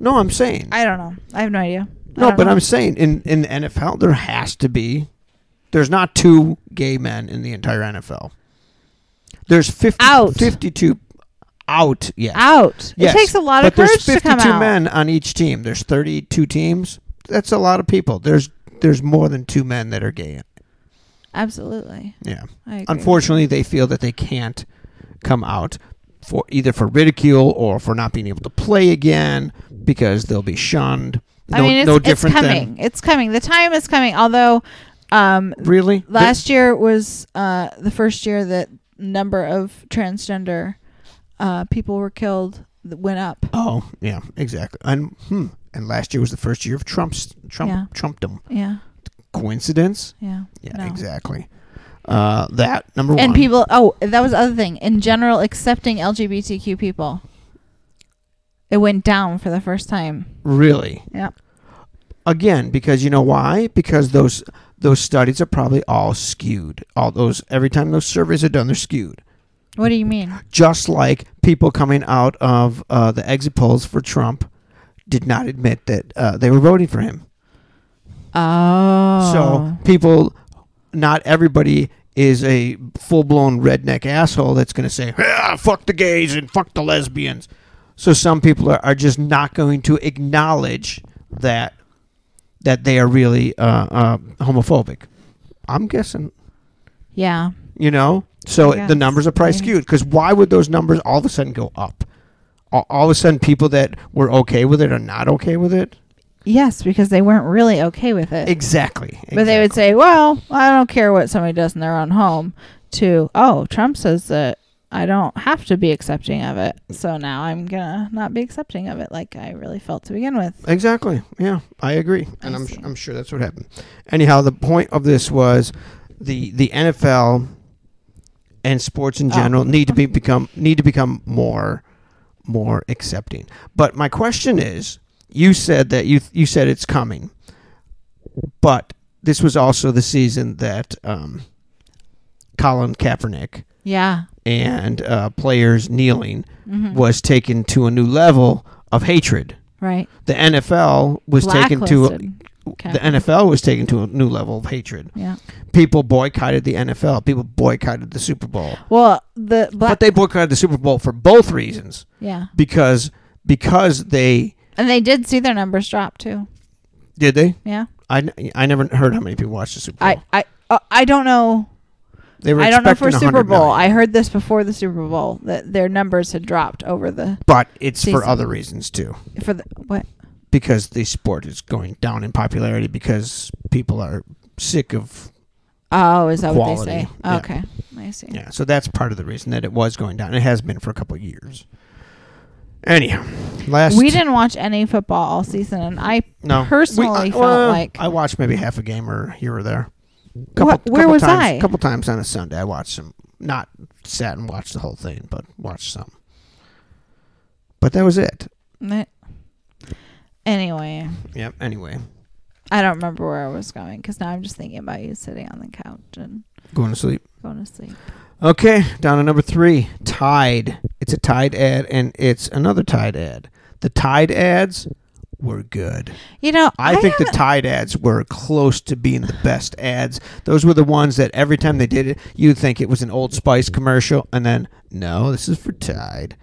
[SPEAKER 1] No, I'm saying
[SPEAKER 2] I don't know. I have no idea. I
[SPEAKER 1] no,
[SPEAKER 2] don't
[SPEAKER 1] but
[SPEAKER 2] know.
[SPEAKER 1] I'm saying in in the NFL there has to be. There's not two gay men in the entire NFL. There's 50,
[SPEAKER 2] Out.
[SPEAKER 1] 52 out. Yes.
[SPEAKER 2] out.
[SPEAKER 1] Yes.
[SPEAKER 2] It takes a lot
[SPEAKER 1] but
[SPEAKER 2] of courage
[SPEAKER 1] there's 52
[SPEAKER 2] to come out.
[SPEAKER 1] men on each team. There's 32 teams. That's a lot of people. There's there's more than two men that are gay.
[SPEAKER 2] Absolutely.
[SPEAKER 1] Yeah.
[SPEAKER 2] I agree.
[SPEAKER 1] unfortunately they feel that they can't come out for either for ridicule or for not being able to play again because they'll be shunned no,
[SPEAKER 2] I mean, it's,
[SPEAKER 1] no
[SPEAKER 2] it's
[SPEAKER 1] different
[SPEAKER 2] coming. It's coming. The time is coming. Although, um,
[SPEAKER 1] than really
[SPEAKER 2] last year was uh, the first year that number of transgender uh, people were killed that went up.
[SPEAKER 1] The- oh yeah exactly and hmm, and last year was the first year of trump's trump
[SPEAKER 2] Yeah.
[SPEAKER 1] trumpdom
[SPEAKER 2] Yeah.
[SPEAKER 1] coincidence
[SPEAKER 2] Yeah.
[SPEAKER 1] yeah
[SPEAKER 2] No.
[SPEAKER 1] exactly uh, that number
[SPEAKER 2] And
[SPEAKER 1] one
[SPEAKER 2] people. Oh, that was the other thing. In general, accepting LGBTQ people, it went down for the first time.
[SPEAKER 1] really
[SPEAKER 2] Yeah.
[SPEAKER 1] again because you know why because those those studies are probably all skewed all those every time those surveys are done they're skewed
[SPEAKER 2] What do you mean?
[SPEAKER 1] just like people coming out of uh, the exit polls for Trump did not admit that uh, they were voting for him.
[SPEAKER 2] Oh.
[SPEAKER 1] So people, not everybody is a full blown redneck asshole that's going to say, "Ah, fuck the gays and fuck the lesbians. So some people are, are just not going to acknowledge that that they are really uh, uh, homophobic. I'm guessing,
[SPEAKER 2] Yeah.
[SPEAKER 1] you know. So
[SPEAKER 2] I
[SPEAKER 1] the
[SPEAKER 2] guess,
[SPEAKER 1] numbers are probably
[SPEAKER 2] right.
[SPEAKER 1] skewed because why would those numbers all of a sudden go up? All, all of a sudden, people that were okay with it are not okay with it.
[SPEAKER 2] Yes, because they weren't really okay with it.
[SPEAKER 1] Exactly.
[SPEAKER 2] But they would say, well, I don't care what somebody does in their own home, to, oh, Trump says that I don't have to be accepting of it. So now I'm going to not be accepting of it like I really felt to begin with.
[SPEAKER 1] Exactly. Yeah, I agree, and
[SPEAKER 2] I
[SPEAKER 1] I'm
[SPEAKER 2] see.
[SPEAKER 1] I'm sure that's what happened. Anyhow, the point of this was the the NFL and sports in
[SPEAKER 2] Oh.
[SPEAKER 1] general need to be become need to become more more accepting. But my question is, you said that you you said it's coming, but this was also the season that um, Colin Kaepernick
[SPEAKER 2] Yeah.
[SPEAKER 1] and uh, players kneeling
[SPEAKER 2] hmm
[SPEAKER 1] was taken to a new level of hatred.
[SPEAKER 2] Right.
[SPEAKER 1] The NFL was taken to uh, a,
[SPEAKER 2] Blacklisted. Okay.
[SPEAKER 1] the NFL was taken to a new level of hatred.
[SPEAKER 2] Yeah.
[SPEAKER 1] People boycotted the NFL. People boycotted the Super Bowl.
[SPEAKER 2] Well, the black.
[SPEAKER 1] but they boycotted the Super Bowl for both reasons
[SPEAKER 2] yeah.
[SPEAKER 1] because because they
[SPEAKER 2] And they did see their numbers drop too.
[SPEAKER 1] did they
[SPEAKER 2] Yeah.
[SPEAKER 1] I, n- I never heard how many people watched the Super Bowl.
[SPEAKER 2] I I uh, I don't know.
[SPEAKER 1] they were
[SPEAKER 2] I don't know for
[SPEAKER 1] expecting
[SPEAKER 2] Super
[SPEAKER 1] 100
[SPEAKER 2] Bowl.
[SPEAKER 1] million,
[SPEAKER 2] I heard this before the Super Bowl that their numbers had dropped over the
[SPEAKER 1] but it's for
[SPEAKER 2] Season.
[SPEAKER 1] other reasons too
[SPEAKER 2] for the what?
[SPEAKER 1] because the sport is going down in popularity because people are sick of
[SPEAKER 2] Oh, is that what
[SPEAKER 1] Quality.
[SPEAKER 2] they say?
[SPEAKER 1] Yeah.
[SPEAKER 2] Okay, I see.
[SPEAKER 1] yeah. So that's part of the reason that it was going down. It has been for a couple of years. Anyhow, last
[SPEAKER 2] We didn't watch any football all season, and I
[SPEAKER 1] No,
[SPEAKER 2] personally felt like-
[SPEAKER 1] I watched maybe half a game or here or there. Couple,
[SPEAKER 2] What- where
[SPEAKER 1] couple
[SPEAKER 2] was
[SPEAKER 1] times,
[SPEAKER 2] I?
[SPEAKER 1] couple times on a Sunday, I watched some. Not sat and watched the whole thing, but watched some. But that was it.
[SPEAKER 2] anyway.
[SPEAKER 1] Yep. Anyway,
[SPEAKER 2] I don't remember where I was going because now I'm just thinking about you sitting on the couch and
[SPEAKER 1] going to sleep.
[SPEAKER 2] going to sleep.
[SPEAKER 1] Okay, down to number three. Tide. It's a Tide ad, and it's another Tide ad. The Tide ads were good.
[SPEAKER 2] You know,
[SPEAKER 1] I, think the Tide ads were close to being the best ads. Those were the ones that every time they did it, you'd think it was an Old Spice commercial, and then no, this is for Tide.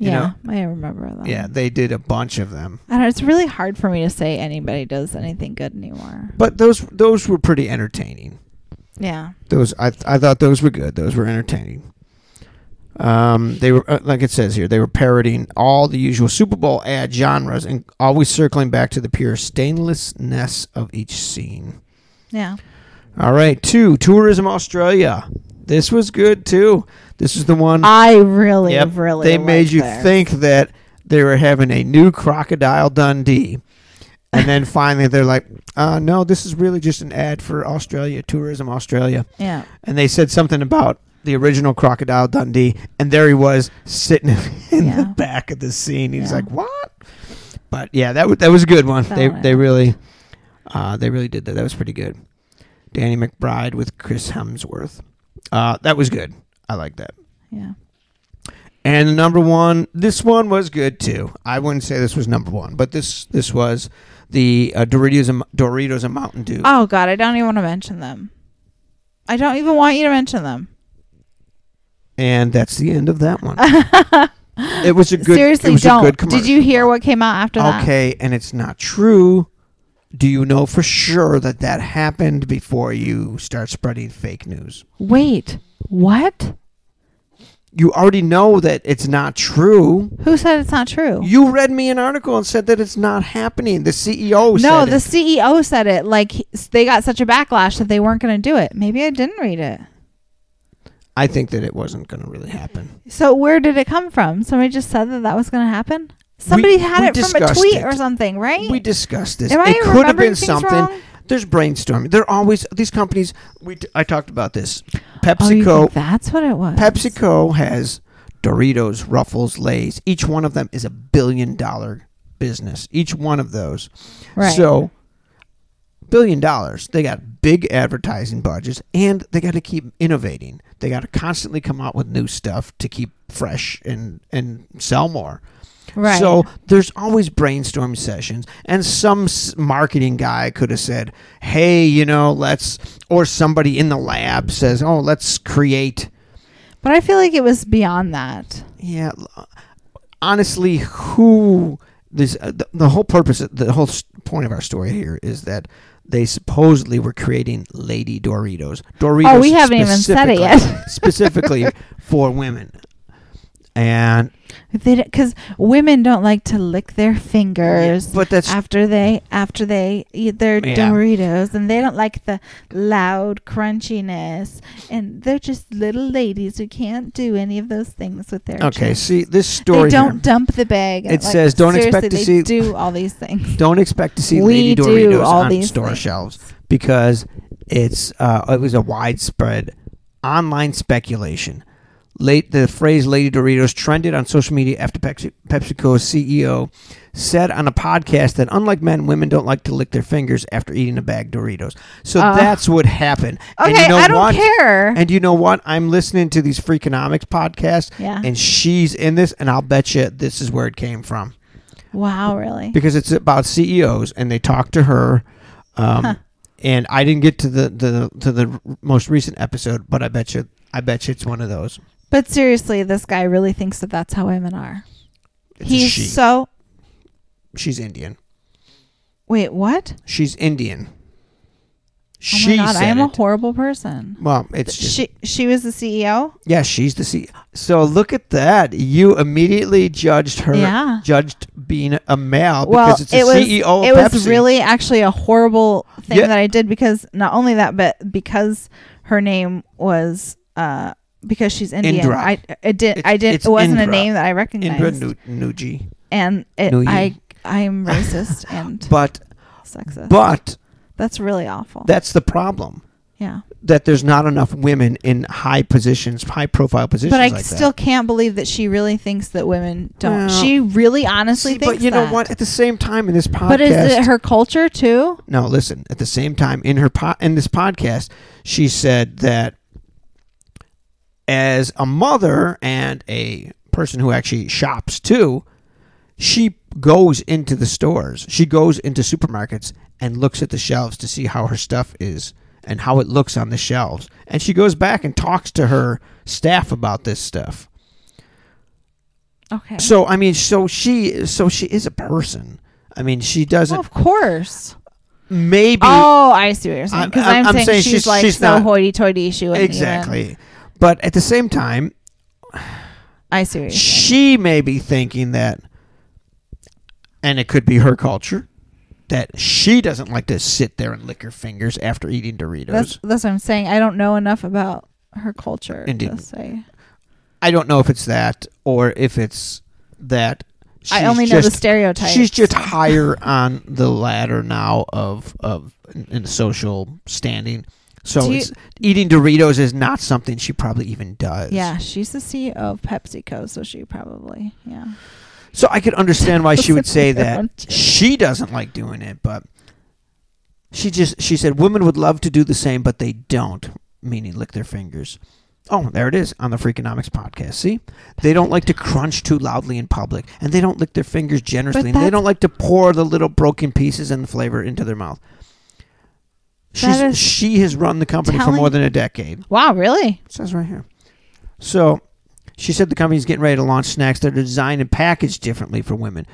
[SPEAKER 1] you
[SPEAKER 2] yeah, Um, I remember that.
[SPEAKER 1] Yeah, they did a bunch of them,
[SPEAKER 2] I don't know, it's really hard for me to say anybody does anything good anymore.
[SPEAKER 1] but those those were pretty entertaining.
[SPEAKER 2] Yeah.
[SPEAKER 1] Those I I thought those were good. Those were entertaining. Um, they were uh, like it says here. They were parodying all the usual Super Bowl ad genres and always circling back to the pure stainlessness of each scene.
[SPEAKER 2] Yeah.
[SPEAKER 1] All right, two Tourism Australia. This was good too. This is the one.
[SPEAKER 2] I really,
[SPEAKER 1] Yep,
[SPEAKER 2] really.
[SPEAKER 1] they made
[SPEAKER 2] liked
[SPEAKER 1] you
[SPEAKER 2] theirs.
[SPEAKER 1] think that they were having a new Crocodile Dundee, and then finally they're like, uh, "No, this is really just an ad for Australia Tourism Australia."
[SPEAKER 2] Yeah.
[SPEAKER 1] And they said something about the original Crocodile Dundee, and there he was sitting in the
[SPEAKER 2] Yeah.
[SPEAKER 1] back of the scene. He's
[SPEAKER 2] Yeah.
[SPEAKER 1] like, "What?" But yeah, that was that was a good one.
[SPEAKER 2] That
[SPEAKER 1] they
[SPEAKER 2] one I
[SPEAKER 1] they
[SPEAKER 2] liked.
[SPEAKER 1] really uh, they really did that. That was pretty good. Danny McBride with Chris Hemsworth. Uh, that was good. I like that.
[SPEAKER 2] Yeah.
[SPEAKER 1] And the number one, this one was good too. I wouldn't say this was number one, but this this was the uh, Doritos and Doritos and Mountain Dew.
[SPEAKER 2] Oh God, I don't even want to mention them. I don't even want you to mention them.
[SPEAKER 1] and that's the end of that one. it was a good. it
[SPEAKER 2] Seriously,
[SPEAKER 1] was a
[SPEAKER 2] don't.
[SPEAKER 1] good
[SPEAKER 2] Did you hear what came out after
[SPEAKER 1] commercial.
[SPEAKER 2] that?
[SPEAKER 1] Okay, and it's not true. Do you know for sure that that happened before you start spreading fake news?
[SPEAKER 2] Wait. What?
[SPEAKER 1] You already know that it's not true.
[SPEAKER 2] Who said it's not true?
[SPEAKER 1] You read me an article and said that it's not happening. The CEO
[SPEAKER 2] no,
[SPEAKER 1] said
[SPEAKER 2] the
[SPEAKER 1] it.
[SPEAKER 2] CEO said it. Like he- they got such a backlash that they weren't going to do it. Maybe I didn't read it.
[SPEAKER 1] I think that it wasn't going to really happen.
[SPEAKER 2] So where did it come from? Somebody just said that that was going to happen. Somebody had
[SPEAKER 1] we
[SPEAKER 2] it from a
[SPEAKER 1] discussed
[SPEAKER 2] tweet
[SPEAKER 1] it.
[SPEAKER 2] or something, right?
[SPEAKER 1] We discussed this.
[SPEAKER 2] Am I
[SPEAKER 1] it could have
[SPEAKER 2] remembering
[SPEAKER 1] been
[SPEAKER 2] things
[SPEAKER 1] something.
[SPEAKER 2] wrong?
[SPEAKER 1] There's brainstorming. There are always these companies. We t- I talked about this.
[SPEAKER 2] Oh, you
[SPEAKER 1] PepsiCo.
[SPEAKER 2] think that's what it was.
[SPEAKER 1] PepsiCo has Doritos, Ruffles, Lay's. Each one of them is a billion dollar business. Each one of those.
[SPEAKER 2] Right.
[SPEAKER 1] So billion dollars. They got big advertising budgets and they got to keep innovating. They got to constantly come out with new stuff to keep fresh and and sell more.
[SPEAKER 2] Right.
[SPEAKER 1] So there's always brainstorm sessions, and some s- marketing guy could have said, "Hey, you know, let's," or somebody in the lab says, "Oh, let's create."
[SPEAKER 2] but I feel like it was beyond that.
[SPEAKER 1] Yeah, l- honestly, who this uh, the, the whole purpose, the whole s- point of our story here is that they supposedly were creating Lady Doritos. Doritos.
[SPEAKER 2] Oh, we haven't even said it
[SPEAKER 1] specifically- specifically for women, and
[SPEAKER 2] Because women don't like to lick their fingers.
[SPEAKER 1] but that's
[SPEAKER 2] after they after they eat their
[SPEAKER 1] Yeah.
[SPEAKER 2] Doritos and they don't like the loud crunchiness and they're just little ladies who can't do any of those things with their
[SPEAKER 1] okay.
[SPEAKER 2] cheeks.
[SPEAKER 1] See this story.
[SPEAKER 2] they don't
[SPEAKER 1] here.
[SPEAKER 2] dump the bag.
[SPEAKER 1] It says, "Don't expect to
[SPEAKER 2] seriously, they
[SPEAKER 1] see-
[SPEAKER 2] do all these things.
[SPEAKER 1] Don't expect to see
[SPEAKER 2] We
[SPEAKER 1] Lady
[SPEAKER 2] do
[SPEAKER 1] Doritos
[SPEAKER 2] all
[SPEAKER 1] on
[SPEAKER 2] these
[SPEAKER 1] store
[SPEAKER 2] things.
[SPEAKER 1] shelves because it's uh, it was a widespread online speculation. Late the phrase "Lady Doritos" trended on social media after Pepsi, PepsiCo's CEO said on a podcast that unlike men, women don't like to lick their fingers after eating a bag of Doritos. So
[SPEAKER 2] Uh.
[SPEAKER 1] that's what happened.
[SPEAKER 2] Okay,
[SPEAKER 1] and you know
[SPEAKER 2] I don't
[SPEAKER 1] what?
[SPEAKER 2] care.
[SPEAKER 1] And you know what? I'm listening to these Freakonomics podcasts,
[SPEAKER 2] Yeah.
[SPEAKER 1] and she's in this, and I'll bet you this is where it came from
[SPEAKER 2] wow, really?
[SPEAKER 1] because it's about CEOs and they talk to her. Um, And I didn't get to the, the to the most recent episode, but I bet you I bet you it's one of those.
[SPEAKER 2] But seriously, this guy really thinks that that's how women are.
[SPEAKER 1] It's a
[SPEAKER 2] He's
[SPEAKER 1] she.
[SPEAKER 2] so
[SPEAKER 1] She's Indian.
[SPEAKER 2] wait, what?
[SPEAKER 1] She's Indian.
[SPEAKER 2] Oh
[SPEAKER 1] She
[SPEAKER 2] my god, I
[SPEAKER 1] said
[SPEAKER 2] am a
[SPEAKER 1] it.
[SPEAKER 2] horrible person.
[SPEAKER 1] well, it's just,
[SPEAKER 2] She she was the
[SPEAKER 1] E
[SPEAKER 2] CEO.
[SPEAKER 1] yeah, she's the CEO. So look at that. You immediately judged her.
[SPEAKER 2] Yeah.
[SPEAKER 1] Judged being a male
[SPEAKER 2] well,
[SPEAKER 1] because it's a
[SPEAKER 2] it was
[SPEAKER 1] CEO. Of
[SPEAKER 2] it was
[SPEAKER 1] Pepsi.
[SPEAKER 2] really actually a horrible thing
[SPEAKER 1] Yeah.
[SPEAKER 2] that I did because not only that, but because her name was uh because she's Indian.
[SPEAKER 1] Indra.
[SPEAKER 2] I it did I
[SPEAKER 1] It's-
[SPEAKER 2] did
[SPEAKER 1] it's
[SPEAKER 2] it wasn't
[SPEAKER 1] Indra.
[SPEAKER 2] a name that I
[SPEAKER 1] Indra
[SPEAKER 2] recognized,
[SPEAKER 1] Nu- Nuji,
[SPEAKER 2] and it,
[SPEAKER 1] Nuyi.
[SPEAKER 2] I I am racist and
[SPEAKER 1] but
[SPEAKER 2] sexist.
[SPEAKER 1] but
[SPEAKER 2] That's really awful.
[SPEAKER 1] that's the problem.
[SPEAKER 2] yeah,
[SPEAKER 1] that there's not enough women in high positions, high profile positions.
[SPEAKER 2] but I
[SPEAKER 1] like
[SPEAKER 2] still
[SPEAKER 1] that.
[SPEAKER 2] can't believe that she really thinks that women don't.
[SPEAKER 1] Well,
[SPEAKER 2] she really honestly
[SPEAKER 1] See,
[SPEAKER 2] thinks.
[SPEAKER 1] but you know
[SPEAKER 2] that.
[SPEAKER 1] what? At the same time, in this podcast,
[SPEAKER 2] But is it her culture too?
[SPEAKER 1] no, listen. At the same time, in her po- in this podcast, she said that as a mother and a person who actually shops too, she goes into the stores, she goes into supermarkets and looks at the shelves to see how her stuff is and how it looks on the shelves, and she goes back and talks to her staff about this stuff.
[SPEAKER 2] Okay.
[SPEAKER 1] So I mean, so she, so she is a person. I mean, she
[SPEAKER 2] Well,
[SPEAKER 1] doesn't.
[SPEAKER 2] of course.
[SPEAKER 1] maybe
[SPEAKER 2] Oh, I see what you're saying.
[SPEAKER 1] I'm-
[SPEAKER 2] Because
[SPEAKER 1] I'm-
[SPEAKER 2] I'm,
[SPEAKER 1] I'm
[SPEAKER 2] saying,
[SPEAKER 1] saying
[SPEAKER 2] she's,
[SPEAKER 1] she's-
[SPEAKER 2] like
[SPEAKER 1] she's
[SPEAKER 2] so
[SPEAKER 1] not-
[SPEAKER 2] hoity-toity. She wouldn't
[SPEAKER 1] exactly,
[SPEAKER 2] Even,
[SPEAKER 1] but at the same time,
[SPEAKER 2] I see. What you're saying.
[SPEAKER 1] she may be thinking that, and it could be her culture that she doesn't like to sit there and lick her fingers after eating Doritos.
[SPEAKER 2] That's that's what I'm saying. I don't know enough about her culture
[SPEAKER 1] Indeed.
[SPEAKER 2] to say.
[SPEAKER 1] I don't know if it's that or if it's that.
[SPEAKER 2] I
[SPEAKER 1] she's
[SPEAKER 2] only know the
[SPEAKER 1] just-
[SPEAKER 2] stereotypes.
[SPEAKER 1] She's just higher on the ladder now of of in, in social standing. So
[SPEAKER 2] Do you-
[SPEAKER 1] it's, eating Doritos is not something she probably even does.
[SPEAKER 2] yeah. She's the CEO of PepsiCo, so she probably yeah.
[SPEAKER 1] So I could understand why she would say that
[SPEAKER 2] Don't you?
[SPEAKER 1] she doesn't like doing it, but she just she said women would love to do the same, but they don't. Meaning lick their fingers. Oh, there it is on the Freakonomics podcast. See, they don't like to crunch too loudly in public, and they don't lick their fingers generously, and they
[SPEAKER 2] that's-
[SPEAKER 1] don't like to pour the little broken pieces and flavor into their mouth. She's,
[SPEAKER 2] is
[SPEAKER 1] she has run the company for more
[SPEAKER 2] telling-
[SPEAKER 1] than a decade.
[SPEAKER 2] Wow, really?
[SPEAKER 1] It says right here. So she said the company's getting ready to launch snacks that are designed and packaged differently for women.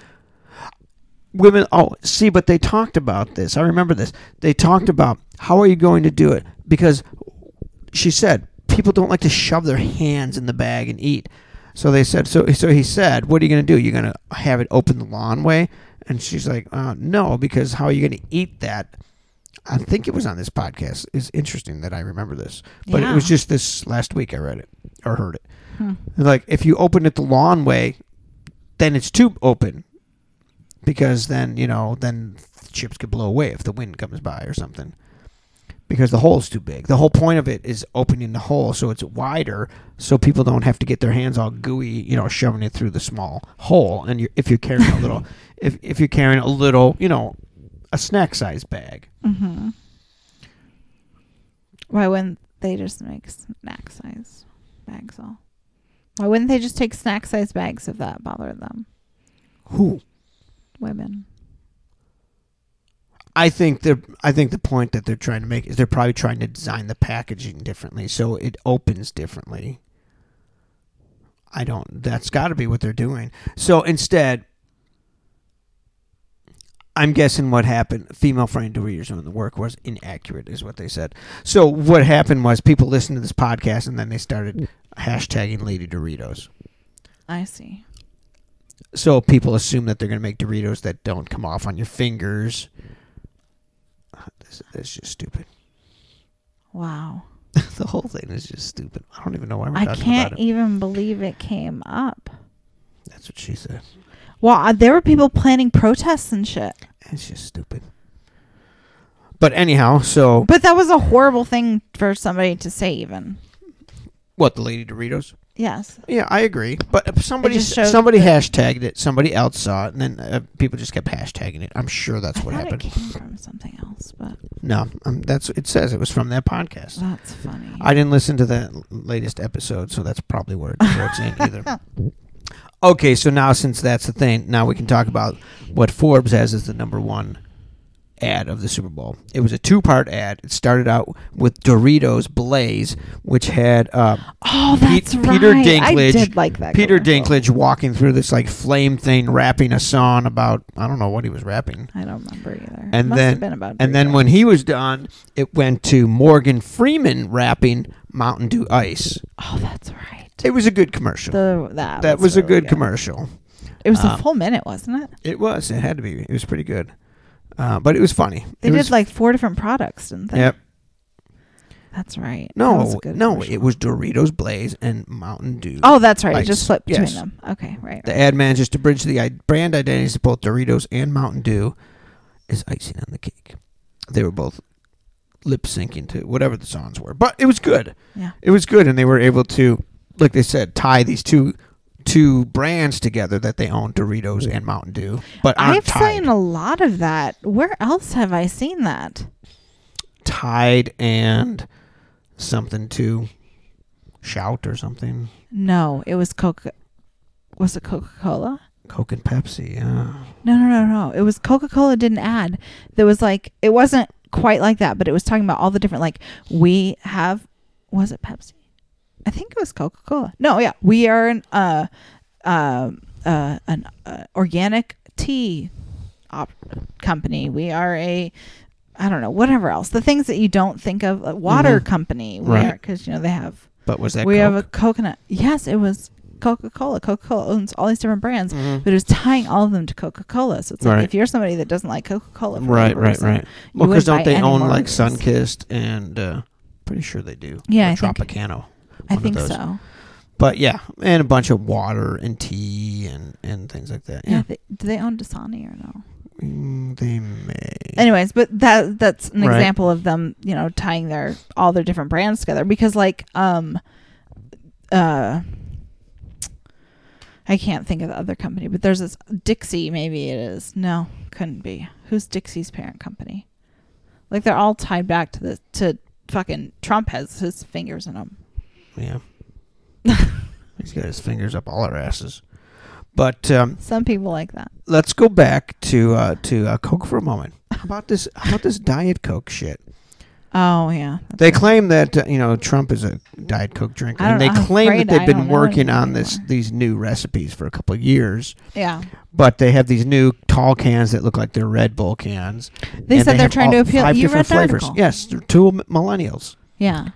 [SPEAKER 1] Women, oh, see, but they talked about this. I remember this. They talked about how are you going to do it? Because she said people don't like to shove their hands in the bag and eat. So they said, so so he said, what are you going to do? You're going to have it open the lawn way? And she's like, uh, no, because how are you going to eat that? I think it was on this podcast. It's interesting that I remember this, but it was
[SPEAKER 2] Yeah.
[SPEAKER 1] just this last week I read it or heard it.
[SPEAKER 2] Hmm.
[SPEAKER 1] Like if you open it the lawn way, then it's too open, because then you know then chips could blow away if the wind comes by or something. Because the hole's too big. The whole point of it is opening the hole so it's wider, so people don't have to get their hands all gooey, you know, shoving it through the small hole. And you're, if you're carrying a little, if if you're carrying a little, you know, a snack size bag.
[SPEAKER 2] Mm-hmm. Why wouldn't they just make snack size bags all? Why wouldn't they just take snack size bags if that bothered them?
[SPEAKER 1] Who?
[SPEAKER 2] Women.
[SPEAKER 1] I think the I think the point that they're trying to make is they're probably trying to design the packaging differently so it opens differently. I don't that's got to be what they're doing. So instead I'm guessing what happened female friend to readers on the work was inaccurate is what they said. So what happened was people listened to this podcast and then they started hashtagging lady Doritos.
[SPEAKER 2] I see.
[SPEAKER 1] So people assume that they're going to make Doritos that don't come off on your fingers. Ah, This, this is just stupid.
[SPEAKER 2] Wow.
[SPEAKER 1] the whole thing is just stupid. I don't even know why we're
[SPEAKER 2] I
[SPEAKER 1] talking
[SPEAKER 2] can't e-
[SPEAKER 1] about it.
[SPEAKER 2] even believe it came up.
[SPEAKER 1] That's what she said.
[SPEAKER 2] Well, uh, there were people planning protests and shit.
[SPEAKER 1] It's just stupid. But anyhow, so
[SPEAKER 2] But that was a horrible thing for somebody to say, even.
[SPEAKER 1] what? The lady Doritos?
[SPEAKER 2] Yes.
[SPEAKER 1] Yeah, I agree. But if somebody
[SPEAKER 2] just shows
[SPEAKER 1] somebody
[SPEAKER 2] that-
[SPEAKER 1] hashtagged it. Somebody else saw it, and then uh, people just kept hashtagging it. I'm sure that's
[SPEAKER 2] I
[SPEAKER 1] what
[SPEAKER 2] thought
[SPEAKER 1] happened.
[SPEAKER 2] it came from something else, but
[SPEAKER 1] No, um, that's it says it was from that podcast.
[SPEAKER 2] that's funny.
[SPEAKER 1] I didn't listen to that l- latest episode, so that's probably where it's where it's in either. Okay, so now since that's the thing, now we can talk about what Forbes has as the number one ad of the Super Bowl. It was a two-part ad. It started out with Doritos Blaze, which had uh,
[SPEAKER 2] oh,
[SPEAKER 1] Pe-
[SPEAKER 2] that's right.
[SPEAKER 1] Peter
[SPEAKER 2] I
[SPEAKER 1] Dinklage-
[SPEAKER 2] did like that.
[SPEAKER 1] Peter
[SPEAKER 2] commercial.
[SPEAKER 1] Dinklage walking through this like flame thing, rapping a song about I don't know what he was rapping.
[SPEAKER 2] I don't remember either.
[SPEAKER 1] And
[SPEAKER 2] it must
[SPEAKER 1] then-
[SPEAKER 2] have been about
[SPEAKER 1] And then
[SPEAKER 2] Doritos.
[SPEAKER 1] when he was done, it went to Morgan Freeman rapping Mountain Dew Ice.
[SPEAKER 2] Oh, that's right.
[SPEAKER 1] It was a good commercial.
[SPEAKER 2] The, that,
[SPEAKER 1] that was, a
[SPEAKER 2] really
[SPEAKER 1] good commercial.
[SPEAKER 2] It was
[SPEAKER 1] Uh,
[SPEAKER 2] a full minute, wasn't it?
[SPEAKER 1] It was. It had to be. It was pretty good. Uh, but it was funny.
[SPEAKER 2] They
[SPEAKER 1] it
[SPEAKER 2] did
[SPEAKER 1] was,
[SPEAKER 2] like four different products, didn't they?
[SPEAKER 1] Yep.
[SPEAKER 2] That's right. That was a
[SPEAKER 1] No,
[SPEAKER 2] good
[SPEAKER 1] no,
[SPEAKER 2] commercial.
[SPEAKER 1] it was Doritos Blaze and Mountain Dew.
[SPEAKER 2] Oh, that's right. It
[SPEAKER 1] Ice.
[SPEAKER 2] just flipped between
[SPEAKER 1] Yes.
[SPEAKER 2] them. Okay, right.
[SPEAKER 1] The ad manages to bridge the i- brand identities of both Doritos and Mountain Dew is icing on the cake. They were both lip syncing to whatever the songs were, but it was good.
[SPEAKER 2] Yeah.
[SPEAKER 1] It was good, and they were able to, like they said, tie these two two brands together that they own, Doritos and Mountain Dew. But aren't
[SPEAKER 2] I've
[SPEAKER 1] tied.
[SPEAKER 2] seen a lot of that. Where else have I seen that?
[SPEAKER 1] Tide and something to shout or something.
[SPEAKER 2] No, it was Coca. Was it Coca Cola?
[SPEAKER 1] Coke and Pepsi. Yeah.
[SPEAKER 2] No, no, no, no. It was Coca Cola did an ad. There was like it wasn't quite like that, but it was talking about all the different like we have. Was it Pepsi? I think it was Coca Cola. No, yeah, we are an uh, um uh, an uh, organic tea op- company. We are a I don't know whatever else. The things that you don't think of, a water
[SPEAKER 1] Mhm.
[SPEAKER 2] company. We
[SPEAKER 1] Right.
[SPEAKER 2] because you know they have
[SPEAKER 1] But was that
[SPEAKER 2] we have a
[SPEAKER 1] Coke?
[SPEAKER 2] coconut. Yes, it was Coca Cola. Coca Cola owns all these different brands
[SPEAKER 1] Mhm.
[SPEAKER 2] but it was tying all of them to Coca Cola. So it's like
[SPEAKER 1] Right.
[SPEAKER 2] if you're somebody that doesn't like Coca Cola,
[SPEAKER 1] Right, right, right.
[SPEAKER 2] you
[SPEAKER 1] Well, because
[SPEAKER 2] wouldn't
[SPEAKER 1] don't
[SPEAKER 2] buy
[SPEAKER 1] they
[SPEAKER 2] any
[SPEAKER 1] own
[SPEAKER 2] more of
[SPEAKER 1] like
[SPEAKER 2] these.
[SPEAKER 1] Sunkist and uh, pretty sure they do.
[SPEAKER 2] Yeah,
[SPEAKER 1] Or
[SPEAKER 2] I think-
[SPEAKER 1] Tropicano.
[SPEAKER 2] I
[SPEAKER 1] one of
[SPEAKER 2] think
[SPEAKER 1] those.
[SPEAKER 2] so.
[SPEAKER 1] But yeah, and a bunch of water and tea and and things like that.
[SPEAKER 2] Yeah,
[SPEAKER 1] Yeah,
[SPEAKER 2] they, do they own Dasani or no?
[SPEAKER 1] Mm, they may.
[SPEAKER 2] Anyways, but that that's an
[SPEAKER 1] Right.
[SPEAKER 2] example of them, you know, tying their all their different brands together because like um uh I can't think of the other company, but there's this Dixie maybe it is. No, couldn't be. Who's Dixie's parent company? Like they're all tied back to the to fucking Trump has his fingers in them.
[SPEAKER 1] yeah, he's got his fingers up all our asses. But um,
[SPEAKER 2] Some people like that.
[SPEAKER 1] let's go back to uh, to uh, Coke for a moment. How about this? How about this Diet Coke shit?
[SPEAKER 2] Oh yeah. That's
[SPEAKER 1] They
[SPEAKER 2] right.
[SPEAKER 1] claim that uh, you know Trump is a Diet Coke drinker,
[SPEAKER 2] I
[SPEAKER 1] and they
[SPEAKER 2] don't- I'm
[SPEAKER 1] claim that
[SPEAKER 2] afraid
[SPEAKER 1] they've
[SPEAKER 2] I
[SPEAKER 1] been
[SPEAKER 2] don't know
[SPEAKER 1] working
[SPEAKER 2] anything
[SPEAKER 1] on this
[SPEAKER 2] anymore.
[SPEAKER 1] these new recipes for a couple of years.
[SPEAKER 2] yeah.
[SPEAKER 1] But they have these new tall cans that look like they're Red Bull cans.
[SPEAKER 2] They
[SPEAKER 1] and
[SPEAKER 2] said they are
[SPEAKER 1] have
[SPEAKER 2] trying to
[SPEAKER 1] all
[SPEAKER 2] appeal.
[SPEAKER 1] Five
[SPEAKER 2] You read
[SPEAKER 1] different
[SPEAKER 2] the
[SPEAKER 1] flavors.
[SPEAKER 2] article.
[SPEAKER 1] Yes, they're two m- millennials.
[SPEAKER 2] Yeah.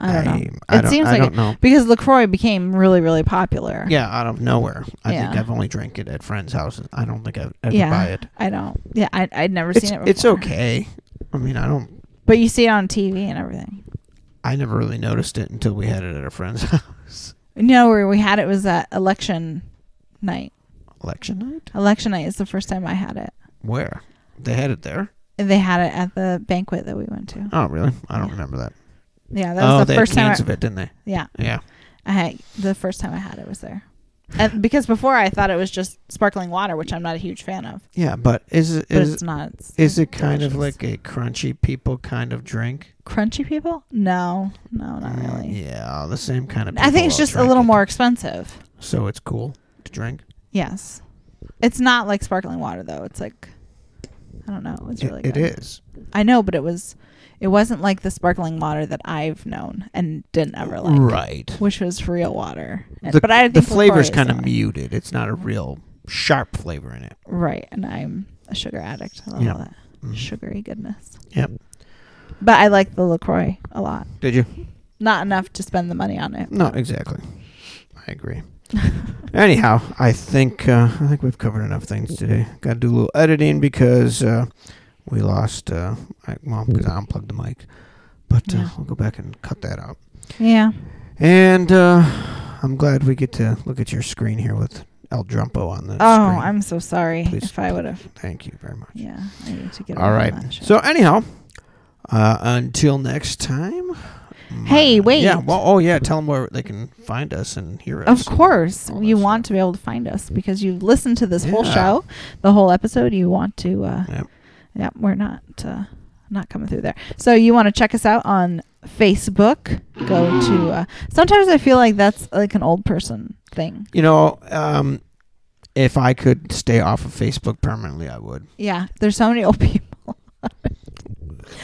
[SPEAKER 2] I don't know.
[SPEAKER 1] I
[SPEAKER 2] It
[SPEAKER 1] don't,
[SPEAKER 2] seems
[SPEAKER 1] I
[SPEAKER 2] like
[SPEAKER 1] don't know.
[SPEAKER 2] Because Lacroix became really, really popular.
[SPEAKER 1] Yeah, out of nowhere. I think
[SPEAKER 2] Yeah.
[SPEAKER 1] I've only drank it at friends' houses. I don't think I've ever
[SPEAKER 2] Yeah.
[SPEAKER 1] buy it.
[SPEAKER 2] I don't. Yeah, I, I'd never
[SPEAKER 1] It's,
[SPEAKER 2] seen it. Before.
[SPEAKER 1] it's okay. I mean, I don't.
[SPEAKER 2] But you see it on TV and everything.
[SPEAKER 1] I never really noticed it until we had it at a friend's house.
[SPEAKER 2] You know where we had it was that election night.
[SPEAKER 1] Election night?
[SPEAKER 2] Election night is the first time I had it.
[SPEAKER 1] Where? They had it there?
[SPEAKER 2] And They had it at the banquet that we went to.
[SPEAKER 1] Oh, really? I don't
[SPEAKER 2] Yeah.
[SPEAKER 1] remember that.
[SPEAKER 2] Yeah, that was
[SPEAKER 1] oh,
[SPEAKER 2] the
[SPEAKER 1] they
[SPEAKER 2] first
[SPEAKER 1] had
[SPEAKER 2] time.
[SPEAKER 1] cans
[SPEAKER 2] I,
[SPEAKER 1] of it, didn't they?
[SPEAKER 2] yeah,
[SPEAKER 1] Yeah.
[SPEAKER 2] I had the first time I had it was there. and because before I thought it was just sparkling water, which I'm not a huge fan of.
[SPEAKER 1] Yeah, but is it
[SPEAKER 2] But
[SPEAKER 1] is
[SPEAKER 2] it's not. It's
[SPEAKER 1] is it kind of
[SPEAKER 2] delicious.
[SPEAKER 1] like a crunchy people kind of drink?
[SPEAKER 2] crunchy people? No, no, not really.
[SPEAKER 1] Mm, Yeah, the same kind of.
[SPEAKER 2] I think
[SPEAKER 1] people
[SPEAKER 2] it's
[SPEAKER 1] will
[SPEAKER 2] just a
[SPEAKER 1] drink
[SPEAKER 2] little
[SPEAKER 1] it.
[SPEAKER 2] more expensive.
[SPEAKER 1] So it's cool to drink.
[SPEAKER 2] Yes, it's not like sparkling water though. It's like I don't know. It's
[SPEAKER 1] It-
[SPEAKER 2] really
[SPEAKER 1] it
[SPEAKER 2] good.
[SPEAKER 1] is.
[SPEAKER 2] I know, but it was it wasn't like the sparkling water that I've known and didn't ever like,
[SPEAKER 1] Right.
[SPEAKER 2] which was real water. And-
[SPEAKER 1] The,
[SPEAKER 2] but I
[SPEAKER 1] the
[SPEAKER 2] think
[SPEAKER 1] flavor's
[SPEAKER 2] Lacroix is
[SPEAKER 1] kind of
[SPEAKER 2] not-
[SPEAKER 1] muted. It's not a real sharp flavor in it.
[SPEAKER 2] right, and I'm a sugar addict. I love
[SPEAKER 1] Yeah.
[SPEAKER 2] all that
[SPEAKER 1] Mhm.
[SPEAKER 2] sugary goodness.
[SPEAKER 1] Yep.
[SPEAKER 2] But I like the Lacroix a lot.
[SPEAKER 1] Did you?
[SPEAKER 2] Not enough to spend the money on it.
[SPEAKER 1] No, exactly. I agree. Anyhow, I think uh, I think we've covered enough things today. Got to do a little editing because uh, we lost. Uh, I, well, because I unplugged the mic, but uh,
[SPEAKER 2] Yeah.
[SPEAKER 1] we'll go back and cut that out.
[SPEAKER 2] Yeah.
[SPEAKER 1] And uh, I'm glad we get to look at your screen here with El Drumpo on the
[SPEAKER 2] Oh,
[SPEAKER 1] screen.
[SPEAKER 2] I'm so sorry.
[SPEAKER 1] Please-
[SPEAKER 2] if I would have,
[SPEAKER 1] Thank you very much.
[SPEAKER 2] yeah, I need to get.
[SPEAKER 1] All
[SPEAKER 2] away
[SPEAKER 1] right.
[SPEAKER 2] from that shit.
[SPEAKER 1] So anyhow, uh, until next time.
[SPEAKER 2] Hey,
[SPEAKER 1] my-
[SPEAKER 2] wait.
[SPEAKER 1] Yeah. Well. Oh, yeah. Tell them where they can find us and hear us.
[SPEAKER 2] Of course,
[SPEAKER 1] all
[SPEAKER 2] you
[SPEAKER 1] that
[SPEAKER 2] want to be able to find us because you've listened to this whole
[SPEAKER 1] Oh, Yeah.
[SPEAKER 2] show, the whole episode. You want to, uh,
[SPEAKER 1] Yep.
[SPEAKER 2] yeah, we're not uh, not coming through there. So you want to check us out on Facebook. Go to. Uh, sometimes I feel like that's like an old person thing.
[SPEAKER 1] You know, um, if I could stay off of Facebook permanently, I would.
[SPEAKER 2] Yeah, there's so many old people.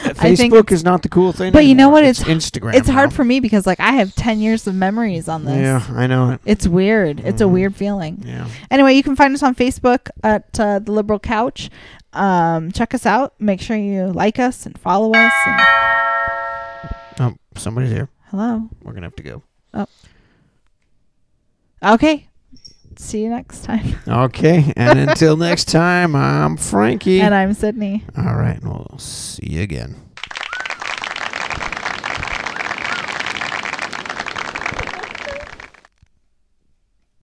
[SPEAKER 2] I think
[SPEAKER 1] Facebook is not the cool thing.
[SPEAKER 2] But you know
[SPEAKER 1] anymore.
[SPEAKER 2] what?
[SPEAKER 1] It's,
[SPEAKER 2] It's-
[SPEAKER 1] Instagram.
[SPEAKER 2] It's hard
[SPEAKER 1] now.
[SPEAKER 2] for me because like I have ten years of memories on this.
[SPEAKER 1] Yeah, I know it.
[SPEAKER 2] It's weird. It's a
[SPEAKER 1] Mhm.
[SPEAKER 2] weird feeling.
[SPEAKER 1] Yeah.
[SPEAKER 2] Anyway, you can find us on Facebook at uh, The Liberal Couch. Um, check us out. Make sure you like us and follow us. And
[SPEAKER 1] Oh, somebody's here.
[SPEAKER 2] hello.
[SPEAKER 1] We're gonna have to go.
[SPEAKER 2] Okay. See you next time.
[SPEAKER 1] Okay. And until next time, I'm Frankie.
[SPEAKER 2] And I'm Sydney.
[SPEAKER 1] All right. We'll see you again.